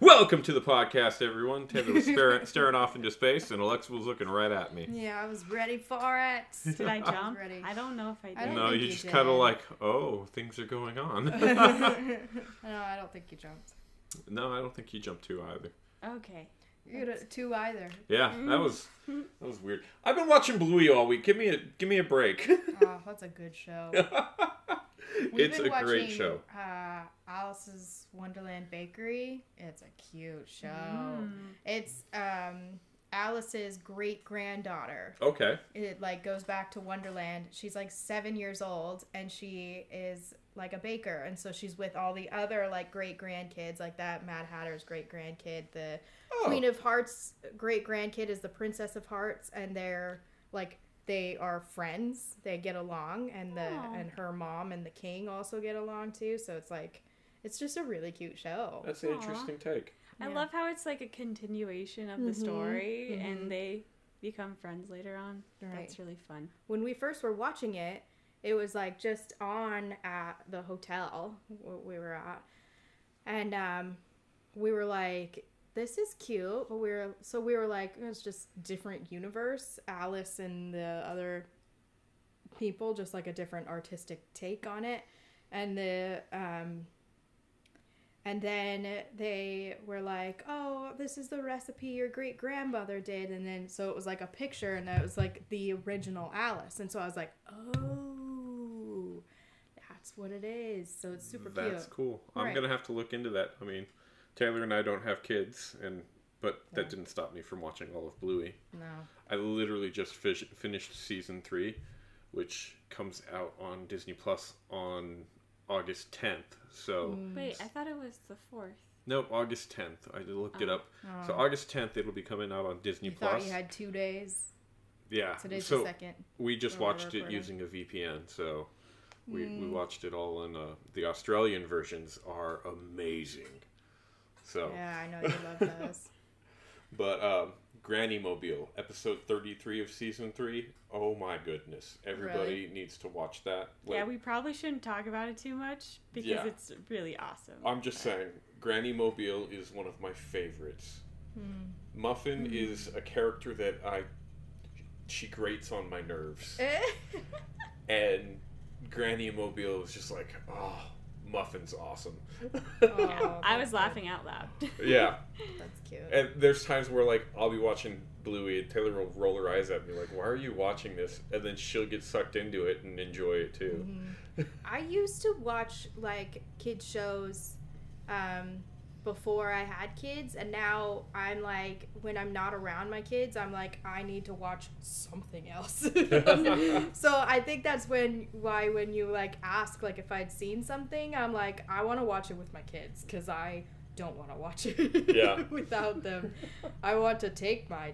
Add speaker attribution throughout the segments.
Speaker 1: Welcome to the podcast, everyone. Taylor was staring, staring off into space, and Alexa was looking right at me.
Speaker 2: Yeah, I was ready for it.
Speaker 3: Did I jump?
Speaker 2: Ready.
Speaker 3: I don't know if I did.
Speaker 2: I don't
Speaker 1: No,
Speaker 2: think
Speaker 1: you
Speaker 2: you
Speaker 1: just kind
Speaker 2: did.
Speaker 1: of like, oh, things are going on.
Speaker 2: No, I don't think you jumped.
Speaker 1: no, I don't think you jumped too either.
Speaker 3: Okay.
Speaker 2: You did two either.
Speaker 1: Yeah, that was that was weird. I've been watching Bluey all week. Give me a give me a break.
Speaker 2: Oh, that's a good show.
Speaker 1: it's a great show.
Speaker 2: Uh, Alice's Wonderland Bakery. It's a cute show.
Speaker 1: Oh.
Speaker 3: Mm.
Speaker 2: It's um Alice's great granddaughter.
Speaker 1: Okay.
Speaker 2: It like goes back to Wonderland. She's like seven years old, and she is like a baker, and so she's with all the other like great grandkids, like that Mad Hatter's great grandkid, the
Speaker 1: Oh,
Speaker 2: Queen of Hearts' great grandkid is the Princess of Hearts, and they're like they are friends. They get along, and the
Speaker 3: Aw.
Speaker 2: and her mom and the king also get along too. So it's like it's just a really cute show.
Speaker 1: that's an
Speaker 3: Aw.
Speaker 1: interesting take.
Speaker 3: I
Speaker 2: Yeah.
Speaker 3: love how it's like a continuation of the
Speaker 2: Mhm,
Speaker 3: story
Speaker 2: mhm.
Speaker 3: and they become friends later on.
Speaker 2: Right.
Speaker 3: That's really fun.
Speaker 2: When we first were watching it, it was like just on at the hotel wh- we were at, and um, we were like. This is cute, but we were so we were like it's just different universe. Alice and the other people, just like a different artistic take on it. And the um and then they were like, "Oh, this is the recipe your great grandmother did." And then so it was like a picture and it was like the original Alice. And so I was like, "Oh, that's what it is." So it's super
Speaker 1: That's
Speaker 2: cute.
Speaker 1: cool. I'm
Speaker 2: Right.
Speaker 1: gonna have to look into that. I mean, Taylor and I don't have kids, and but that didn't stop me from watching all of Bluey.
Speaker 2: No.
Speaker 1: I literally just fish, finished season three, which comes out on Disney Plus on August 10th. So
Speaker 2: Mm.
Speaker 3: Wait, I thought it was the fourth.
Speaker 1: nope, August 10th. I looked it up. So
Speaker 2: Oh.
Speaker 1: August 10th, it'll be coming out on Disney
Speaker 2: You
Speaker 1: Plus.
Speaker 2: thought you had 2 days.
Speaker 1: yeah.
Speaker 2: Today's
Speaker 1: so
Speaker 2: the second.
Speaker 1: we just
Speaker 2: when we're
Speaker 1: watched it
Speaker 2: recording. Mm.
Speaker 1: using a VPN. So we, we watched it all on uh, the Australian versions are amazing. So.
Speaker 2: Yeah, I know you love those.
Speaker 1: But um, Granny Mobile, episode 33 of season 3. Oh my goodness. Everybody needs to watch that.
Speaker 3: yeah,
Speaker 1: Like,
Speaker 3: we probably shouldn't talk about it too much because
Speaker 1: Yeah.
Speaker 3: it's really awesome.
Speaker 1: I'm just saying, Granny Mobile is one of my favorites. Muffin is a character that I. She grates on my nerves.
Speaker 2: Eh.
Speaker 1: And Granny Mobile was just like, oh, Muffin's awesome.
Speaker 2: Aw,
Speaker 3: I was
Speaker 2: that's
Speaker 3: laughing out loud.
Speaker 1: yeah.
Speaker 2: good. That's cute.
Speaker 1: And there's times where like I'll be watching Bluey and Taylor will roll her eyes at me like, "Why are you watching this?" And then she'll get sucked into it and enjoy it too.
Speaker 2: I used to watch like kid shows um, before I had kids, and now I'm like, when I'm not around my kids, I'm like, I need to watch something else. so I think that's when why when you like ask like if I'd seen something, I'm like, I want to watch it with my kids because I don't want to watch it
Speaker 1: Yeah.
Speaker 2: without them. I want to take my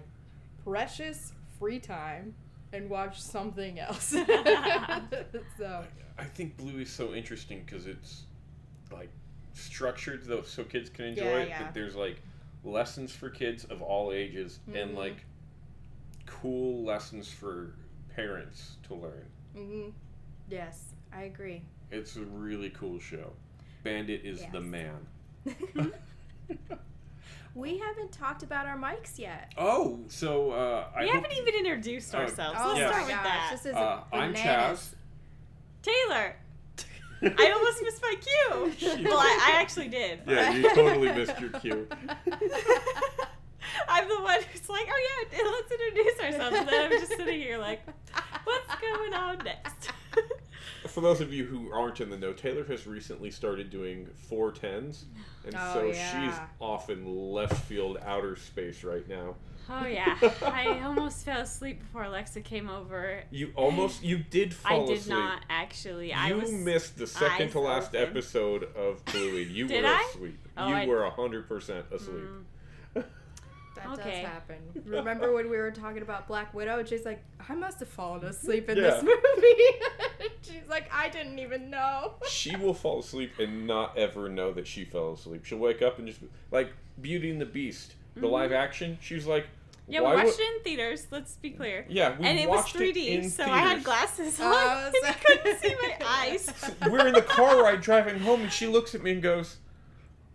Speaker 2: precious free time and watch something else. so.
Speaker 1: I think Bluey's so interesting because it's like structured though, so kids can enjoy
Speaker 2: Yeah,
Speaker 1: it.
Speaker 2: yeah.
Speaker 1: But there's like lessons for kids of all ages and
Speaker 3: Mm-hmm.
Speaker 2: Mhm.
Speaker 1: like cool lessons for parents to learn.
Speaker 2: Mm-hmm. Yes, I agree.
Speaker 1: It's a really cool show. Bandit is the
Speaker 2: Yes.
Speaker 1: man.
Speaker 2: we haven't talked about our mics yet.
Speaker 1: Oh, so uh, I
Speaker 3: we
Speaker 1: hope-
Speaker 3: haven't even introduced
Speaker 1: Oh,
Speaker 3: ourselves.
Speaker 1: oh
Speaker 3: Let's
Speaker 1: yes.
Speaker 3: start with that.
Speaker 2: This is
Speaker 1: uh, I'm
Speaker 2: bananas.
Speaker 1: Chaz.
Speaker 3: Taylor, I almost missed my cue. well, I, I actually did.
Speaker 1: Yeah, you totally missed your cue.
Speaker 3: I'm the one who's like, oh yeah, let's introduce ourselves. And then I'm just sitting here like, what's going on next?
Speaker 1: For those of you who aren't in the know, Taylor has recently started doing 410s, and
Speaker 2: Oh,
Speaker 1: so
Speaker 2: yeah.
Speaker 1: she's off in left field outer space right now.
Speaker 3: oh yeah, I almost fell asleep before Alexa came over.
Speaker 1: You almost, you did fall
Speaker 3: I did
Speaker 1: asleep.
Speaker 3: not actually. I
Speaker 1: You
Speaker 3: was
Speaker 1: missed the second
Speaker 3: eyes
Speaker 1: to last
Speaker 3: open.
Speaker 1: episode of Bluey. You
Speaker 3: Did
Speaker 1: were
Speaker 3: I?
Speaker 1: asleep.
Speaker 3: Oh,
Speaker 1: you
Speaker 3: I-
Speaker 1: were were 100% asleep.
Speaker 3: Mm,
Speaker 2: That
Speaker 3: Okay.
Speaker 2: does happen. Remember when we were talking about Black Widow? She's like, I must have fallen asleep in
Speaker 1: Yeah.
Speaker 2: this movie. She's like, I didn't even know.
Speaker 1: She will fall asleep and not ever know that she fell asleep. She'll wake up and just, like, Beauty and the Beast, the live action, she was like,
Speaker 3: Mm-hmm. yeah,
Speaker 1: why
Speaker 3: we
Speaker 1: would-
Speaker 3: watched it in theaters. Let's be clear.
Speaker 1: Yeah, we
Speaker 3: and it was
Speaker 1: watched
Speaker 3: 3D,
Speaker 1: it in
Speaker 3: so I had
Speaker 1: theaters.
Speaker 3: glasses on
Speaker 2: Oh,
Speaker 3: and I
Speaker 2: so-
Speaker 3: couldn't see my eyes.
Speaker 1: We're in the car ride driving home, and she looks at me and goes,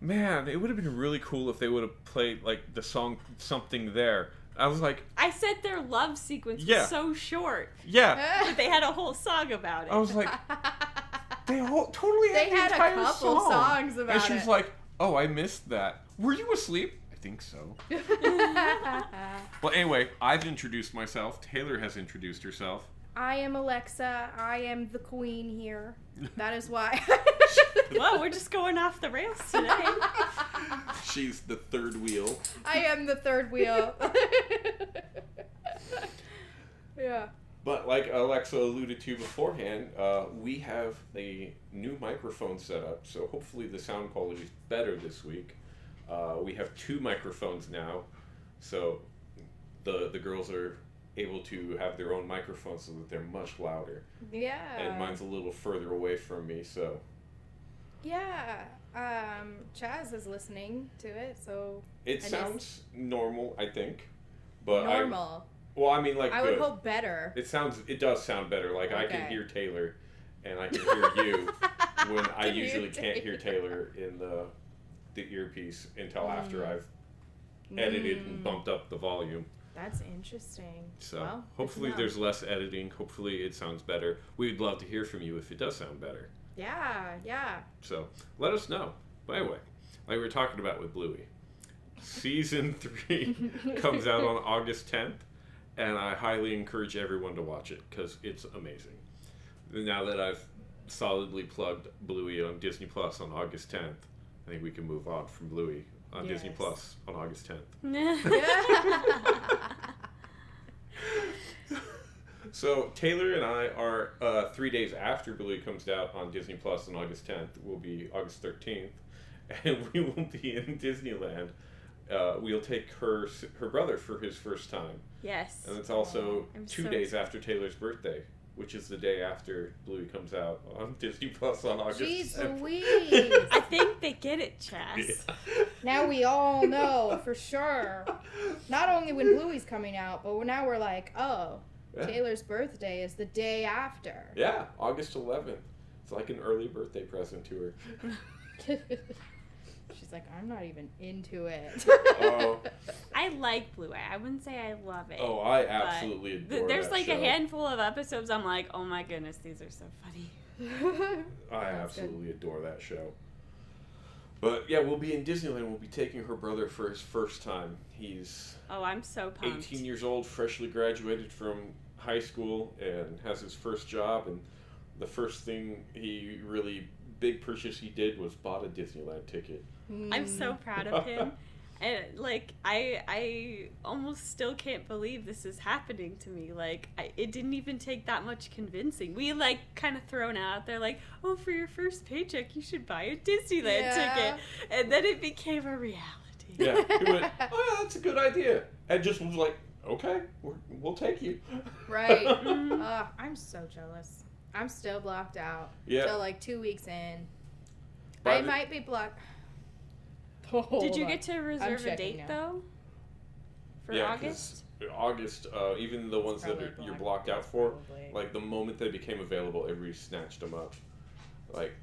Speaker 1: man, it would have been really cool if they would have played like the song something there. I was like,
Speaker 3: I said their love sequence
Speaker 1: Yeah.
Speaker 3: was so short,
Speaker 1: yeah.
Speaker 3: but they had a whole song about it.
Speaker 1: I was like, they all totally
Speaker 2: they
Speaker 1: had,
Speaker 2: had
Speaker 1: the
Speaker 2: a
Speaker 1: entire
Speaker 2: couple
Speaker 1: song.
Speaker 2: songs about
Speaker 1: and she was
Speaker 2: it.
Speaker 1: like, oh, I missed that. Were you asleep? I think so. Well, anyway, I've introduced myself. Taylor has introduced herself.
Speaker 2: I am Alexa. I am the queen here. That is why.
Speaker 3: Whoa, we're just going off the rails today.
Speaker 1: She's the third wheel.
Speaker 2: I am the third wheel. yeah.
Speaker 1: But like Alexa alluded to beforehand, uh, we have a new microphone set up, so hopefully the sound quality is better this week. Uh, we have two microphones now, so the the girls are able to have their own microphones so that they're much louder.
Speaker 2: Yeah.
Speaker 1: and mine's a little further away from me, so
Speaker 2: Yeah. Um, Chaz is listening to it, so
Speaker 1: it
Speaker 2: And it's-
Speaker 1: sounds normal, I think. But I-
Speaker 2: normal.
Speaker 1: well, I mean, like
Speaker 2: I, would
Speaker 1: good.
Speaker 2: hope better.
Speaker 1: It sounds. It does sound better. Like I can
Speaker 2: Okay.
Speaker 1: hear Taylor, and I can hear you when I
Speaker 2: Can you
Speaker 1: usually can't hear
Speaker 2: hear
Speaker 1: Taylor in the the earpiece until after
Speaker 2: Mm.
Speaker 1: I've edited and
Speaker 2: Mm,
Speaker 1: bumped up the volume.
Speaker 2: That's interesting.
Speaker 1: So
Speaker 2: Well, good to
Speaker 1: hopefully
Speaker 2: know.
Speaker 1: there's less editing. Hopefully it sounds better. We'd love to hear from you if it does sound better.
Speaker 2: Yeah, yeah.
Speaker 1: So let us know. By the way, like we were talking about with Bluey, season three comes out on August 10th, and I highly encourage everyone to watch it because it's amazing. Now that I've solidly plugged Bluey on Disney Plus on August 10th, I think we can move on from Bluey on Disney
Speaker 2: Yes.
Speaker 1: Plus on August 10th. So Taylor and I are uh, three days after Bluey comes out on Disney Plus on August 10th. Will be August 13th, and we will be in Disneyland. Uh, we'll take her s- her brother for his first time,
Speaker 3: yes.
Speaker 1: and it's also
Speaker 3: I'm
Speaker 1: Uh, two
Speaker 3: so
Speaker 1: days after Taylor's birthday, which is the day after Bluey comes out on Disney Plus on August.
Speaker 2: Jeez
Speaker 1: 10th.
Speaker 2: Louise.
Speaker 3: I think they get it, Chaz.
Speaker 2: now we all know for sure. Not only when Bluey's coming out, but now we're like, oh,
Speaker 1: Yeah.
Speaker 2: Taylor's birthday is the day after.
Speaker 1: Yeah, August 11th. It's like an early birthday present to her.
Speaker 2: She's like, I'm not even into it.
Speaker 1: Oh.
Speaker 3: I like Blue Eye. I wouldn't say I love it.
Speaker 1: Oh, I absolutely
Speaker 3: Th-
Speaker 1: adore
Speaker 3: There's
Speaker 1: that
Speaker 3: like a
Speaker 1: show.
Speaker 3: handful of episodes I'm like, oh my goodness, these are so funny.
Speaker 1: I
Speaker 2: That's good.
Speaker 1: absolutely adore that show. But yeah, we'll be in Disneyland. We'll be taking her brother for his first time. He's
Speaker 3: Oh, I'm so pumped.
Speaker 1: 18 years old, freshly graduated from high school, and has his first job. And the first thing he really big purchase he did was bought a Disneyland ticket.
Speaker 3: I'm so
Speaker 2: Mm.
Speaker 3: proud of him. And like I I almost still can't believe this is happening to me. Like I, it didn't even take that much convincing. We like kind of thrown out there like, "Oh, for your first paycheck, you should buy a Disneyland
Speaker 2: Yeah.
Speaker 3: ticket." And then it became a reality.
Speaker 1: Yeah, he went, oh, yeah, that's a good idea, and just was like, okay, we're, we'll take you.
Speaker 2: Right.
Speaker 3: Mm.
Speaker 2: Ugh, Uh, I'm so jealous. I'm still blocked out.
Speaker 1: yeah.
Speaker 2: Till like two weeks in.
Speaker 1: by
Speaker 2: I
Speaker 1: the-
Speaker 2: might be blocked.
Speaker 3: Did you get to reserve a
Speaker 2: checking
Speaker 3: date
Speaker 2: now.
Speaker 3: though? For
Speaker 1: Yeah, 'cause
Speaker 3: August?
Speaker 1: August, uh, even the ones that
Speaker 2: probably
Speaker 1: are, you're
Speaker 2: blocked.
Speaker 1: blocked out for, like the moment they became available, everybody snatched them up. Like,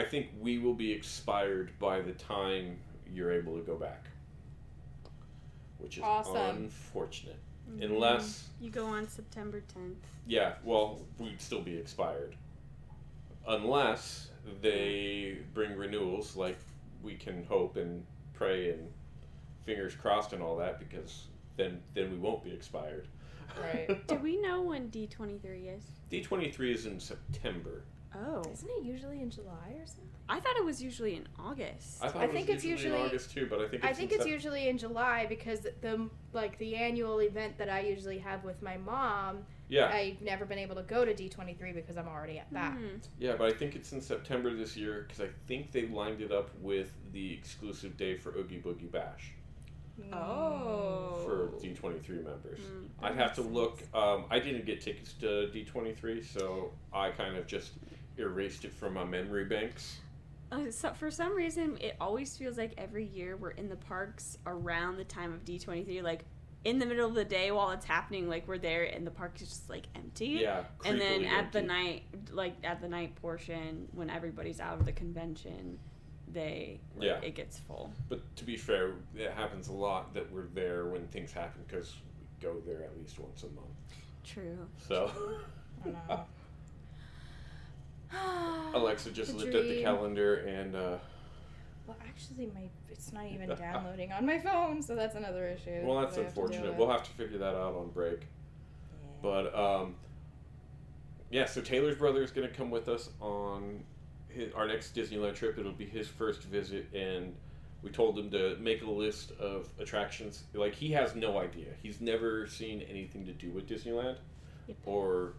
Speaker 1: I think we will be expired by the time you're able to go back, which is
Speaker 2: Awesome. Mm-hmm.
Speaker 1: unfortunate. Unless,
Speaker 3: You go on September 10th.
Speaker 1: yeah, well, we'd still be expired. Unless they bring renewals, like we can hope and pray and fingers crossed and all that, because then then we won't be expired.
Speaker 2: Right.
Speaker 3: Do we know when D23 is?
Speaker 1: D twenty three is in September.
Speaker 3: Oh.
Speaker 2: Isn't it usually in July or something?
Speaker 3: I thought it was usually in August.
Speaker 1: I, thought
Speaker 2: I
Speaker 1: it
Speaker 2: think
Speaker 1: was
Speaker 2: it's
Speaker 1: usually, in
Speaker 2: usually-
Speaker 1: August too, but I think it's
Speaker 2: I think
Speaker 1: in
Speaker 2: it's
Speaker 1: Sep-
Speaker 2: usually in July because the like the annual event that I usually have with my mom,
Speaker 1: yeah
Speaker 2: I've never been able to go to D23 because I'm already at that.
Speaker 3: Hmm.
Speaker 1: yeah, but I think it's in September this year because I think they lined it up with the exclusive day for Oogie Boogie Bash
Speaker 3: Mm.
Speaker 2: Mm.
Speaker 3: Oh.
Speaker 1: for D twenty three members.
Speaker 3: Hmm, that
Speaker 1: I'd have
Speaker 3: makes
Speaker 1: to
Speaker 3: sense.
Speaker 1: look. Um, I didn't get tickets to D twenty three, so I kind of just erased it from my memory banks.
Speaker 3: Uh, so for some reason, it always feels like every year we're in the parks around the time of D23, like in the middle of the day while it's happening, like we're there and the park is just like empty.
Speaker 1: Yeah,
Speaker 3: and then
Speaker 1: creepily
Speaker 3: at the
Speaker 1: empty.
Speaker 3: night, like at the night portion when everybody's out of the convention, they
Speaker 1: Yeah.
Speaker 3: it gets full.
Speaker 1: But to be fair, it happens a lot that we're there when things happen because we go there at least once a month.
Speaker 3: True.
Speaker 1: So
Speaker 2: I know.
Speaker 1: Alexa just looked at the
Speaker 2: Dream.
Speaker 1: calendar and uh,
Speaker 2: Well, actually, my it's not even downloading on my phone, so that's another issue.
Speaker 1: well, that's
Speaker 2: that I have to deal
Speaker 1: unfortunate.
Speaker 2: with.
Speaker 1: We'll have to figure that out on break.
Speaker 2: Yeah.
Speaker 1: But um, yeah, so Taylor's brother is going to come with us on his, our next Disneyland trip. It'll be his first visit, and we told him to make a list of attractions. Like he has no idea; he's never seen anything to do with Disneyland
Speaker 3: Yep.
Speaker 1: or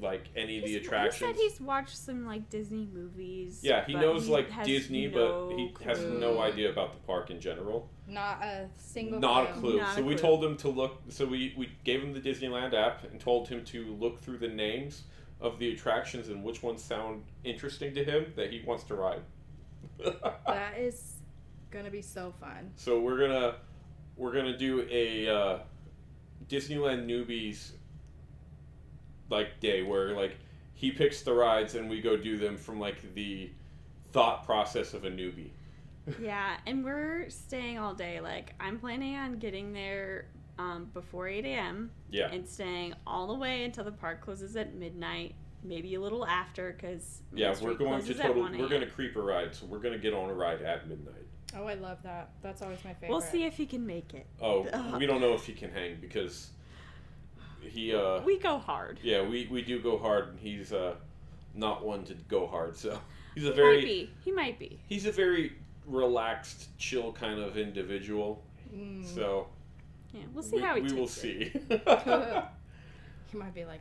Speaker 1: like any of the
Speaker 3: He's- He
Speaker 1: attractions.
Speaker 3: said he's watched some like Disney movies.
Speaker 1: yeah, he
Speaker 3: but
Speaker 1: knows
Speaker 3: he
Speaker 1: like
Speaker 3: has
Speaker 1: Disney,
Speaker 3: no
Speaker 1: but he has
Speaker 3: clue.
Speaker 1: no idea about the park in general.
Speaker 2: Not a single.
Speaker 1: Not a
Speaker 2: clue.
Speaker 1: clue.
Speaker 3: Not a
Speaker 1: so we
Speaker 3: clue.
Speaker 1: told him to look. So we, we gave him the Disneyland app and told him to look through the names of the attractions and which ones sound interesting to him that he wants to ride.
Speaker 2: That is gonna be so fun.
Speaker 1: so we're gonna we're gonna do a uh, Disneyland newbies like day where like he picks the rides and we go do them from like the thought process of a newbie.
Speaker 3: Yeah, and we're staying all day. Like I'm planning on getting there um, before 8 a.m.
Speaker 1: Yeah.
Speaker 3: and staying all the way until the park closes at midnight, maybe a little after because
Speaker 1: Yeah, we're going to total. We're gonna creep a ride, so we're gonna get on a ride at midnight.
Speaker 2: Oh, I love that. That's always my favorite.
Speaker 3: We'll see if he can make it.
Speaker 1: Oh,
Speaker 3: Ugh.
Speaker 1: we don't know if he can hang because he uh
Speaker 3: We go hard.
Speaker 1: yeah, we we do go hard and he's uh not one to go hard. So he's a
Speaker 3: might
Speaker 1: very
Speaker 3: be. He might be.
Speaker 1: he's a very relaxed, chill kind of individual.
Speaker 2: Mm,
Speaker 1: So
Speaker 3: Yeah, we'll see
Speaker 1: we,
Speaker 3: how he
Speaker 1: we
Speaker 3: takes
Speaker 1: will
Speaker 3: it.
Speaker 1: see.
Speaker 2: he might be like,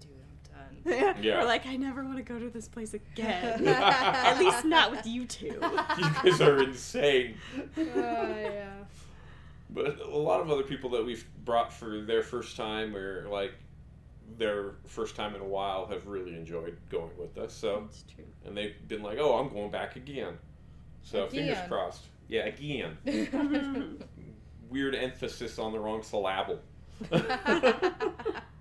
Speaker 2: dude, I'm done.
Speaker 3: yeah.
Speaker 1: Yeah.
Speaker 3: We're like, I never want to go to this place again. At least not with you two.
Speaker 1: you guys are insane.
Speaker 2: Oh yeah.
Speaker 1: But a lot of other people that we've brought for their first time or like their first time in a while have really enjoyed going with us. So
Speaker 3: It's true.
Speaker 1: and they've been like, "Oh, I'm going back again." So fingers
Speaker 2: Again.
Speaker 1: crossed. Yeah, again.
Speaker 2: Mm-hmm.
Speaker 1: Weird emphasis on the wrong syllable.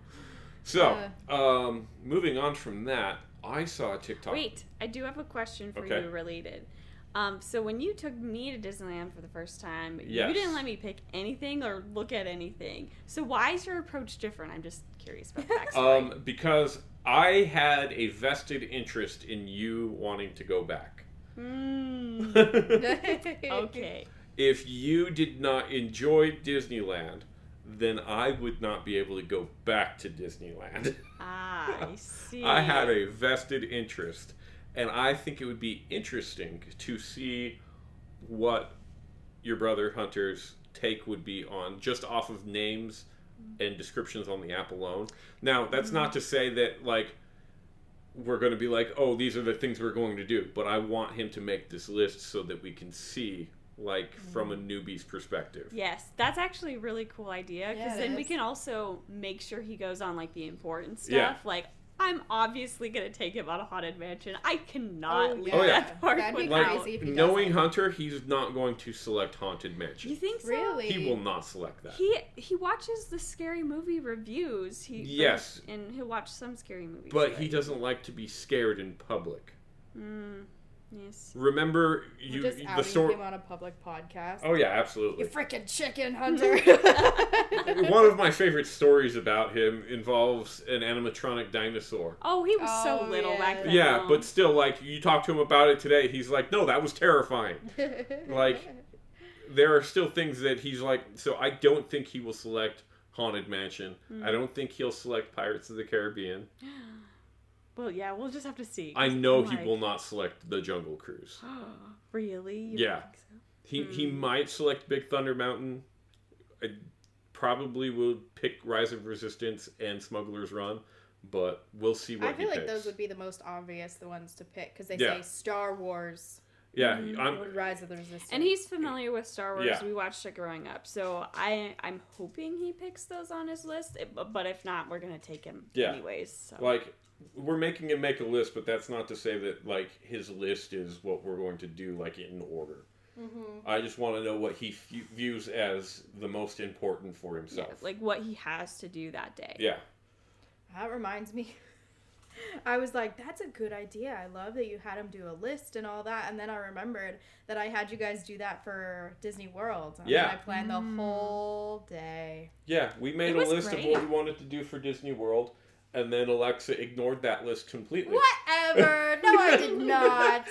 Speaker 1: so, um, moving on from that, I saw a TikTok.
Speaker 3: Wait, I do have a question for
Speaker 1: Okay.
Speaker 3: you related. Um, so when you took me to Disneyland for the first time,
Speaker 1: Yes.
Speaker 3: you didn't let me pick anything or look at anything. So why is your approach different? I'm just curious about that.
Speaker 1: Um, because I had a vested interest in you wanting to go back.
Speaker 3: mm,
Speaker 2: okay.
Speaker 3: okay.
Speaker 1: if you did not enjoy Disneyland, then I would not be able to go back to Disneyland.
Speaker 3: Ah, I see.
Speaker 1: I had a vested interest, and I think it would be interesting to see what your brother Hunter's take would be on just off of names and descriptions on the app alone. Now, that's not to say that like we're going to be like, "Oh, these are the things we're going to do," but I want him to make this list so that we can see like from a
Speaker 2: Mm.
Speaker 1: newbie's perspective.
Speaker 3: Yes, that's actually a really cool idea because
Speaker 2: Yeah, it
Speaker 3: then we
Speaker 2: is.
Speaker 3: can also make sure he goes on like the important stuff.
Speaker 1: Yeah.
Speaker 3: Like, I'm obviously gonna take him on a haunted mansion. I cannot
Speaker 2: Oh,
Speaker 3: leave
Speaker 1: yeah. Oh, yeah.
Speaker 3: that park
Speaker 2: That'd be
Speaker 1: Like
Speaker 3: without.
Speaker 2: crazy. if he
Speaker 1: knowing
Speaker 2: doesn't.
Speaker 1: Hunter, he's not going to select haunted
Speaker 3: You
Speaker 1: mansion.
Speaker 3: think so?
Speaker 2: Really?
Speaker 1: He will not select that.
Speaker 3: He he watches the scary movie reviews. He
Speaker 1: Yes.
Speaker 3: and he'll watch some scary movies.
Speaker 1: But he doesn't like to be scared in public.
Speaker 3: Mm, yes.
Speaker 1: Remember
Speaker 2: We're
Speaker 1: you
Speaker 2: just
Speaker 1: the
Speaker 2: outing
Speaker 1: story.
Speaker 2: him on a public podcast.
Speaker 1: Oh yeah,
Speaker 2: You
Speaker 1: absolutely.
Speaker 2: freaking chicken hunter.
Speaker 1: One of my favorite stories about him involves an animatronic dinosaur.
Speaker 3: Oh, he was
Speaker 2: Oh,
Speaker 3: so little
Speaker 2: yeah.
Speaker 3: back then.
Speaker 1: Yeah,
Speaker 3: though.
Speaker 1: but still, like you talk to him about it today, he's like, "No, that was terrifying." Like, There are still things that he's like. So I don't think he will select Haunted Mansion. I don't think he'll select Pirates of the Caribbean.
Speaker 3: well, yeah, we'll just have to see.
Speaker 1: I know he
Speaker 3: Like,
Speaker 1: will not select The Jungle Cruise.
Speaker 3: really? You
Speaker 1: Yeah.
Speaker 3: think so?
Speaker 1: He he
Speaker 2: Hmm.
Speaker 1: might select Big Thunder Mountain. I probably will pick Rise of Resistance and Smuggler's Run, but we'll see what
Speaker 2: I feel
Speaker 1: he
Speaker 2: like
Speaker 1: picks.
Speaker 2: those would be the most obvious the ones to pick because they
Speaker 1: Yeah.
Speaker 2: say Star Wars
Speaker 1: yeah,
Speaker 2: or
Speaker 1: I'm
Speaker 2: Rise of the Resistance.
Speaker 3: And he's familiar with Star Wars.
Speaker 1: Yeah.
Speaker 3: We watched it growing up, so I I'm hoping he picks those on his list. It- bu- but if not, we're gonna take him
Speaker 1: Yeah.
Speaker 3: anyways. So.
Speaker 1: like we're making him make a list, but that's not to say that like his list is what we're going to do like in order.
Speaker 2: Mm-hmm.
Speaker 1: I just want to know what he f- views as the most important for
Speaker 3: yeah,
Speaker 1: himself.
Speaker 3: like what he has to do that day.
Speaker 1: yeah.
Speaker 2: that reminds me. I was like, that's a good idea. I love that you had him do a list and all that. And then I remembered that I had you guys do that for Disney World. I mean,
Speaker 1: Yeah.
Speaker 2: I planned
Speaker 3: Mm.
Speaker 2: the whole day.
Speaker 1: Yeah, we made
Speaker 3: It
Speaker 1: a
Speaker 3: was
Speaker 1: list of
Speaker 3: great.
Speaker 1: what we wanted to do for Disney World, and then Alexa ignored that list completely.
Speaker 2: Whatever. No, I did not.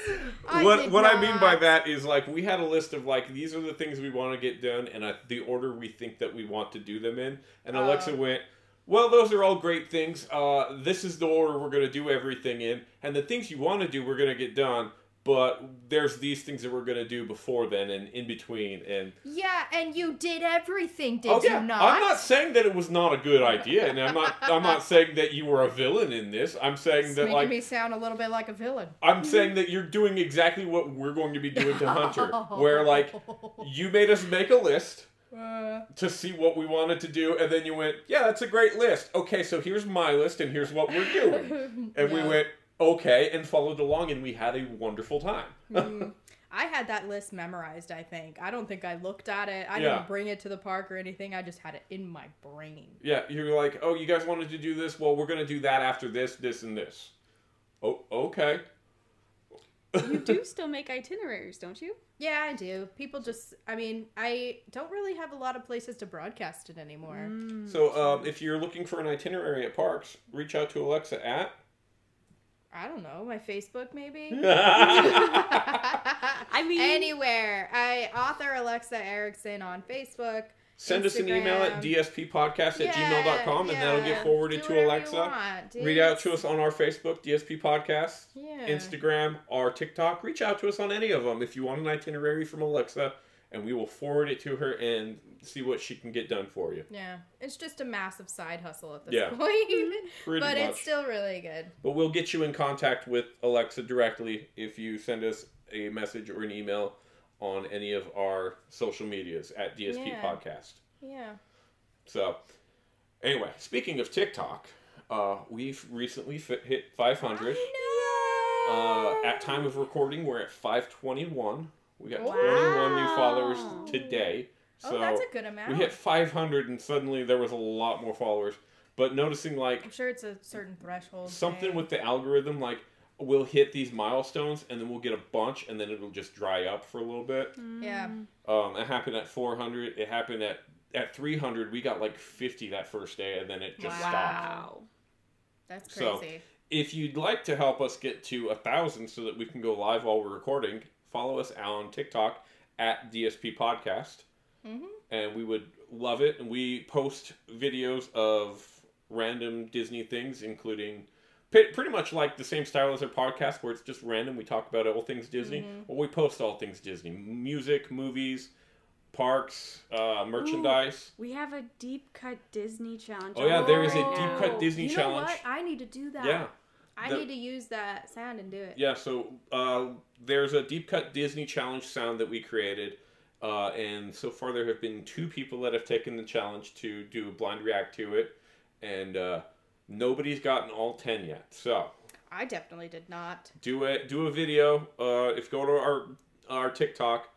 Speaker 2: I
Speaker 1: what
Speaker 2: did
Speaker 1: what I mean by
Speaker 2: not.
Speaker 1: that is like we had a list of like these are the things we want to get done and uh, the order we think that we want to do them in, and
Speaker 2: Oh.
Speaker 1: Alexa went. Well, those are all great things. Uh, this is the order we're going to do everything in, and the things you want to do, we're going to get done. But there's these things that we're going to do before then and in between. And
Speaker 2: Yeah, and you did everything, did
Speaker 1: Oh, yeah.
Speaker 2: you not?
Speaker 1: I'm not saying that it was not a good idea, and I'm not. I'm not saying that you were a villain in this. I'm saying
Speaker 2: It's
Speaker 1: that
Speaker 2: making
Speaker 1: like
Speaker 2: me sound a little bit like a villain.
Speaker 1: I'm saying that you're doing exactly what we're going to be doing to Hunter, where like you made us make a list
Speaker 2: Uh,
Speaker 1: to see what we wanted to do, and then you went, "Yeah, that's a great list. Okay, so here's my list, and here's what we're doing." And we
Speaker 2: yeah.
Speaker 1: went, "Okay," and followed along, and we had a wonderful time.
Speaker 2: Mm. I had that list memorized, I think. I don't think I looked at it. I
Speaker 1: Yeah.
Speaker 2: didn't bring it to the park or anything. I just had it in my brain.
Speaker 1: Yeah, you're like, oh, you guys wanted to do this. Well, we're gonna do that after this, this, and this. Oh, okay.
Speaker 3: You do still make itineraries, don't you?
Speaker 2: Yeah, I do. People just, I mean, I don't really have a lot of places to broadcast it anymore.
Speaker 3: Mm.
Speaker 2: Mm.
Speaker 1: So, um, if you're looking for an itinerary at parks, reach out to Alexa at.
Speaker 2: I don't know, my Facebook maybe?
Speaker 3: I mean-
Speaker 2: anywhere. I author Alexa Erickson on Facebook.
Speaker 1: Send us an email at dspodcast at gmail.com, and that'll get forwarded
Speaker 2: Do
Speaker 1: to
Speaker 2: whatever you
Speaker 1: Alexa.
Speaker 2: want, dude.
Speaker 1: Reach out to us on our Facebook, DSP Podcast,
Speaker 2: Yeah.
Speaker 1: Instagram, or TikTok. Reach out to us on any of them if you want an itinerary from Alexa, and we will forward it to her and see what she can get done for you.
Speaker 2: Yeah, it's just a massive side hustle at this
Speaker 1: Yeah.
Speaker 2: point,
Speaker 1: Pretty much.
Speaker 2: but it's still really good.
Speaker 1: But we'll get you in contact with Alexa directly if you send us a message or an email on any of our social medias at DSP
Speaker 2: Yeah.
Speaker 1: Podcast.
Speaker 2: Yeah.
Speaker 1: So, anyway, speaking of TikTok, uh, we've recently fit, hit 500. Uh, at time of recording, we're at 521. We got
Speaker 2: Wow.
Speaker 1: 21 new followers today. So
Speaker 2: oh, that's a good amount.
Speaker 1: we hit 500, and suddenly there was a lot more followers. But noticing like
Speaker 2: I'm sure it's a certain threshold.
Speaker 1: something
Speaker 2: thing.
Speaker 1: with the algorithm like we'll hit these milestones and then we'll get a bunch and then it'll just dry up for a little bit
Speaker 3: mm,
Speaker 2: Yeah.
Speaker 1: um it happened at 400 it happened at at 300 we got like 50 that first day and then it just stopped
Speaker 3: Wow.
Speaker 2: That's
Speaker 1: So-
Speaker 2: crazy.
Speaker 1: if you'd like to help us get to a thousand so that we can go live while we're recording follow us on tiktok at dsp podcast
Speaker 2: hmm
Speaker 1: and we would love it. And we post videos of random Disney things, including pe- pretty much like the same style as our podcast, where it's just random. We talk about all things Disney.
Speaker 2: Mhm.
Speaker 1: Well, we post all things Disney: music, movies, parks, uh, merchandise.
Speaker 3: We have a deep cut Disney challenge.
Speaker 1: Oh yeah, there is a
Speaker 2: Oh.
Speaker 1: deep cut Disney
Speaker 2: you know
Speaker 1: challenge.
Speaker 2: what? I need to do that.
Speaker 1: Yeah,
Speaker 2: I
Speaker 1: The-
Speaker 2: need to use that sound and do it.
Speaker 1: yeah. So uh, there's a deep cut Disney challenge sound that we created. Uh, and so far, there have been two people that have taken the challenge to do a blind react to it, and uh, nobody's gotten all ten yet. So
Speaker 2: I definitely did not.
Speaker 1: do a do a video. Uh, if you go to our our TikTok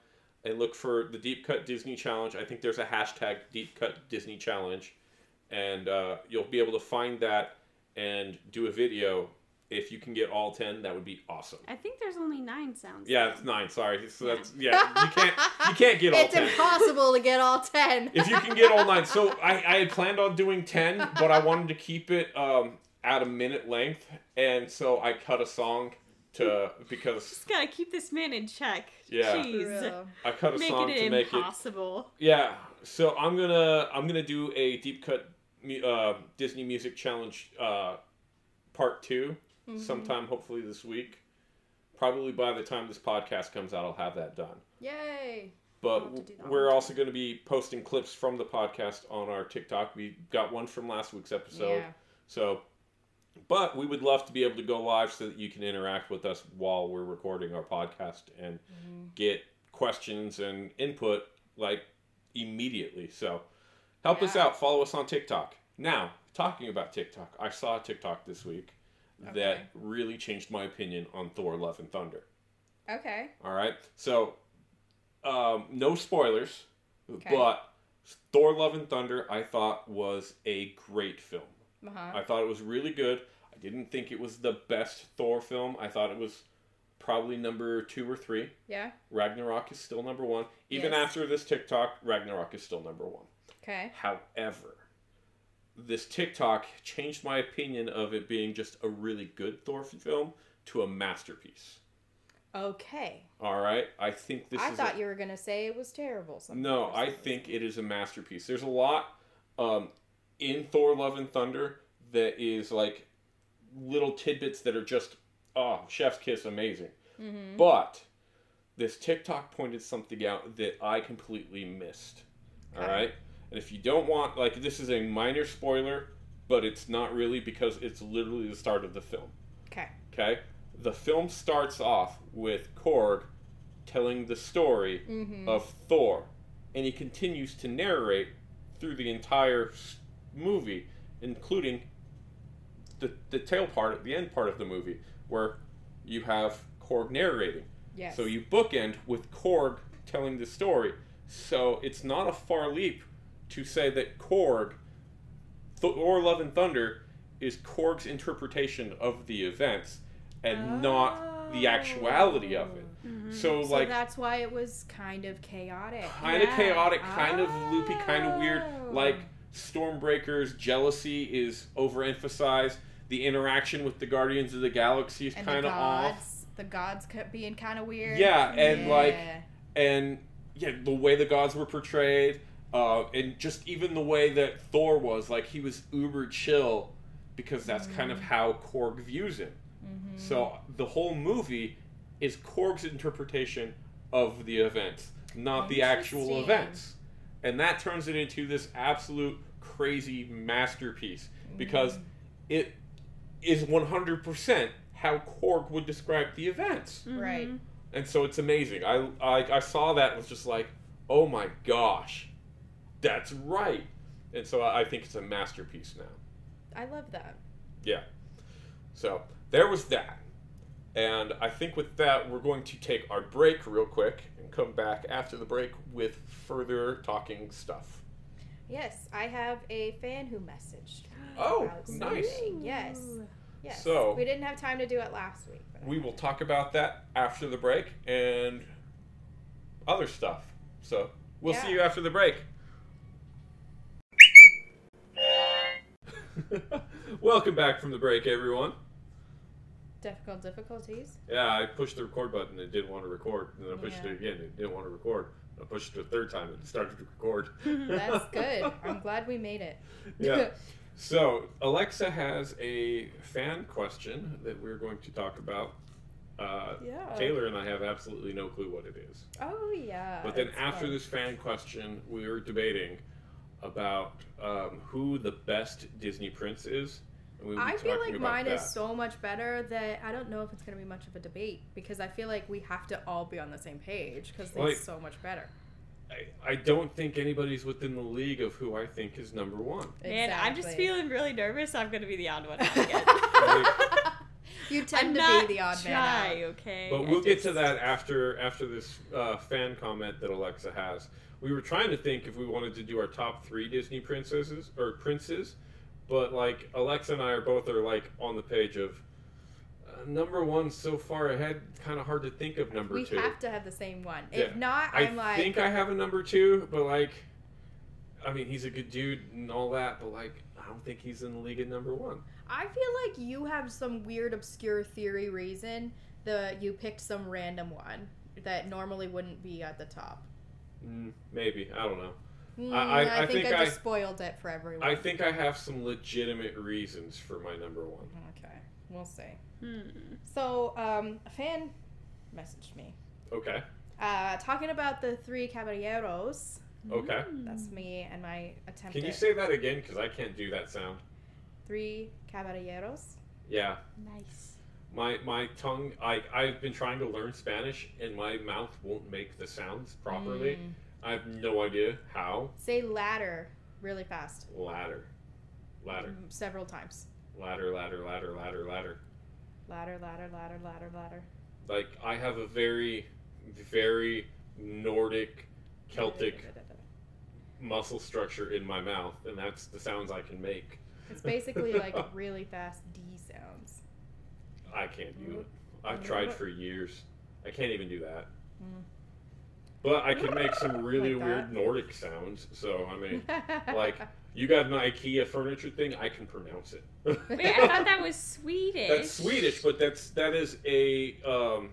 Speaker 1: and look for the deep cut Disney challenge, I think there's a hashtag deep cut Disney challenge, and uh, you'll be able to find that and do a video. If you can get all ten, that would be awesome.
Speaker 3: I think there's only nine sounds.
Speaker 1: Yeah, it's nine. Sorry, so that's yeah. You can't you can't get all
Speaker 2: It's
Speaker 1: ten.
Speaker 2: impossible to get all ten.
Speaker 1: if you can get all nine. So I, I had planned on doing ten, but I wanted to keep it um, at a minute length, and so I cut a song to because
Speaker 3: Just gotta keep this man in check.
Speaker 1: Yeah.
Speaker 3: Jeez.
Speaker 2: Real.
Speaker 1: I cut a
Speaker 3: Make
Speaker 1: song to
Speaker 3: it
Speaker 1: make it.
Speaker 3: impossible.
Speaker 1: Yeah. So I'm gonna I'm gonna do a deep cut mu- uh, Disney music challenge uh, part 2
Speaker 2: Mm-hmm.
Speaker 1: sometime hopefully this week. Probably by the time this podcast comes out, I'll have that done.
Speaker 2: Yay. I'll
Speaker 1: But
Speaker 2: have to do that
Speaker 1: we're
Speaker 2: one.
Speaker 1: also going to be posting clips from the podcast on our TikTok. We got one from last week's episode.
Speaker 2: yeah.
Speaker 1: So, but we would love to be able to go live so that you can interact with us while we're recording our podcast and
Speaker 2: Mm-hmm.
Speaker 1: get questions and input like immediately. So, help us
Speaker 2: Yeah.
Speaker 1: out. Follow us on TikTok. Now, talking about TikTok, I saw a TikTok this week that
Speaker 2: Okay.
Speaker 1: really changed my opinion on Thor: Love and Thunder.
Speaker 2: Okay.
Speaker 1: All right. So, um, no spoilers,
Speaker 2: Okay.
Speaker 1: but Thor: Love and Thunder, I thought was a great film.
Speaker 2: Uh huh.
Speaker 1: I thought it was really good. didn't think it was the best Thor film. I thought it was probably number two or three.
Speaker 2: Yeah.
Speaker 1: Ragnarok is still number one. Even
Speaker 2: Yes.
Speaker 1: after this TikTok, Ragnarok is still number one.
Speaker 2: Okay.
Speaker 1: However, this TikTok changed my opinion of it being just a really good Thor film to a masterpiece.
Speaker 2: Okay.
Speaker 1: All right, I think this.
Speaker 2: I
Speaker 1: is
Speaker 2: thought
Speaker 1: a-
Speaker 2: you were gonna say it was terrible. some-
Speaker 1: No,
Speaker 2: for some
Speaker 1: I
Speaker 2: reason.
Speaker 1: think it is a masterpiece. There's a lot um, in Thor: Love and Thunder that is like little tidbits that are just oh, chef's kiss, amazing.
Speaker 2: Mm-hmm.
Speaker 1: But this TikTok pointed something out that I completely missed. All
Speaker 2: Okay.
Speaker 1: right, and if you don't want like this is a minor spoiler, but it's not really because it's literally the start of the film.
Speaker 2: Okay.
Speaker 1: Okay, the film starts off with Korg telling the story
Speaker 2: Mm-hmm.
Speaker 1: of Thor, and he continues to narrate through the entire s- movie, including the the tail part, the end part of the movie, where you have Korg narrating.
Speaker 2: Yes.
Speaker 1: So you bookend with Korg telling the story. So it's not a far leap to say that Korg, Thor: Love and Thunder, is Korg's interpretation of the events, and not the actuality of it. So,
Speaker 2: Oh. So
Speaker 1: like
Speaker 2: that's why it was kind of chaotic.
Speaker 1: kind of
Speaker 3: Yeah.
Speaker 1: chaotic, kind of loopy, kind of weird.
Speaker 2: Oh.
Speaker 1: Like Stormbreaker's jealousy is overemphasized. The interaction with the Guardians of the Galaxy is
Speaker 2: And
Speaker 1: kind
Speaker 2: the
Speaker 1: of off.
Speaker 2: gods, the gods kept being kind of weird.
Speaker 1: Yeah, and, like,
Speaker 2: Yeah.
Speaker 1: And yeah, the way the gods were portrayed, uh, and just even the way that Thor was, like he was uber chill, because that's kind of how Korg views him.
Speaker 2: Mhm.
Speaker 1: So the whole movie is Korg's interpretation of the events, not the actual
Speaker 2: Interesting.
Speaker 1: events. And that turns it into this absolute crazy masterpiece because it is 100% how Korg would describe the events.
Speaker 2: Right.
Speaker 3: Mhm.
Speaker 1: And so it's amazing. I, I, I saw that and was just like, oh my gosh, that's right. And so I, I think it's a masterpiece now.
Speaker 2: I love that.
Speaker 1: So there was that. And I think with that, we're going to take our break real quick and come back after the break with further talking stuff.
Speaker 2: Yes, I have a fan who messaged. me
Speaker 1: Oh,
Speaker 2: about
Speaker 1: nice.
Speaker 2: something. Yes. Yes.
Speaker 1: So-
Speaker 2: we didn't have time to do it last week. But
Speaker 1: We will talk about that after the break and other stuff. So we'll see
Speaker 2: Yeah.
Speaker 1: you after the break. Welcome back from the break, everyone.
Speaker 2: difficult difficulties.
Speaker 1: Yeah, I pushed the record button. It didn't want to record. And then I pushed
Speaker 2: Yeah.
Speaker 1: it again. It didn't want to record. I pushed it a third time. and It started to record.
Speaker 2: That's good. I'm glad we made it.
Speaker 1: yeah. So Alexa has a fan question that we're going to talk about. Uh,
Speaker 2: yeah.
Speaker 1: Taylor and I have absolutely no clue what it is.
Speaker 2: Oh yeah.
Speaker 1: But then
Speaker 2: it's
Speaker 1: after
Speaker 2: fun.
Speaker 1: this fan question, we were debating about um, who the best Disney prince is. And we were
Speaker 2: I feel
Speaker 1: talking
Speaker 2: like
Speaker 1: about
Speaker 2: mine
Speaker 1: that.
Speaker 2: is so much better that I don't know if it's going to be much of a debate because I feel like we have to all be on the same page because it's
Speaker 1: Like-
Speaker 2: so much better.
Speaker 1: I, I don't think anybody's within the league of who I think is number one.
Speaker 3: Man, I'm just
Speaker 2: Exactly.
Speaker 3: feeling really nervous. I'm gonna be the odd one out again.
Speaker 2: you
Speaker 3: I'm
Speaker 2: tend to
Speaker 3: not
Speaker 2: be the odd
Speaker 3: shy,
Speaker 2: man. out.
Speaker 3: okay.
Speaker 1: But we'll get to that after after this uh, fan comment that Alexa has. We were trying to think if we wanted to do our top three Disney princesses or princes, but like Alexa and I are both are like on the page of uh, number one so far ahead. Kind of hard to think of number
Speaker 2: We
Speaker 1: two.
Speaker 2: have to have the same one.
Speaker 1: Yeah.
Speaker 2: If not,
Speaker 1: I
Speaker 2: I'm like,
Speaker 1: think I have a number two, but like, I mean he's a good dude and all that, but like I don't think he's in the league at number one.
Speaker 2: I feel like you have some weird, obscure theory reason that you picked some random one that normally wouldn't be at the top.
Speaker 1: Mm, maybe I don't know.
Speaker 2: Mm,
Speaker 1: I- I
Speaker 2: think,
Speaker 1: think
Speaker 2: I
Speaker 1: I-
Speaker 2: just spoiled it for everyone.
Speaker 1: I think I have some legitimate reasons for my number one.
Speaker 2: Okay, we'll see.
Speaker 3: Hmm.
Speaker 2: So, um, a fan messaged me.
Speaker 1: Okay.
Speaker 2: Uh, talking about the three caballeros.
Speaker 1: Okay.
Speaker 2: That's
Speaker 3: Hmm.
Speaker 2: me and my attempt
Speaker 1: Can you
Speaker 2: at
Speaker 1: say that again? Because I can't do that sound.
Speaker 2: three caballeros.
Speaker 1: Yeah,
Speaker 3: Nice.
Speaker 1: my my tongue. I I've been trying to learn Spanish, and my mouth won't make the sounds properly.
Speaker 2: Mm.
Speaker 1: I have no idea how.
Speaker 2: Say ladder really fast.
Speaker 1: Ladder, ladder,
Speaker 2: Mm, Several times.
Speaker 1: ladder, ladder, ladder, ladder, ladder.
Speaker 2: Ladder, ladder, ladder, ladder, ladder.
Speaker 1: Like I have a very, very Nordic, Celtic muscle structure in my mouth, and that's the sounds I can make.
Speaker 2: It's basically like a really fast D sounds.
Speaker 1: I can't do it.
Speaker 3: Mm.
Speaker 1: I've tried for years. I can't even do that. But I can make some really
Speaker 2: Like
Speaker 1: weird
Speaker 2: that?
Speaker 1: Nordic sounds. So I mean, like you got an IKEA furniture thing. I can pronounce it.
Speaker 3: Wait, I thought that was Swedish.
Speaker 1: that's Swedish, but that's that is a um,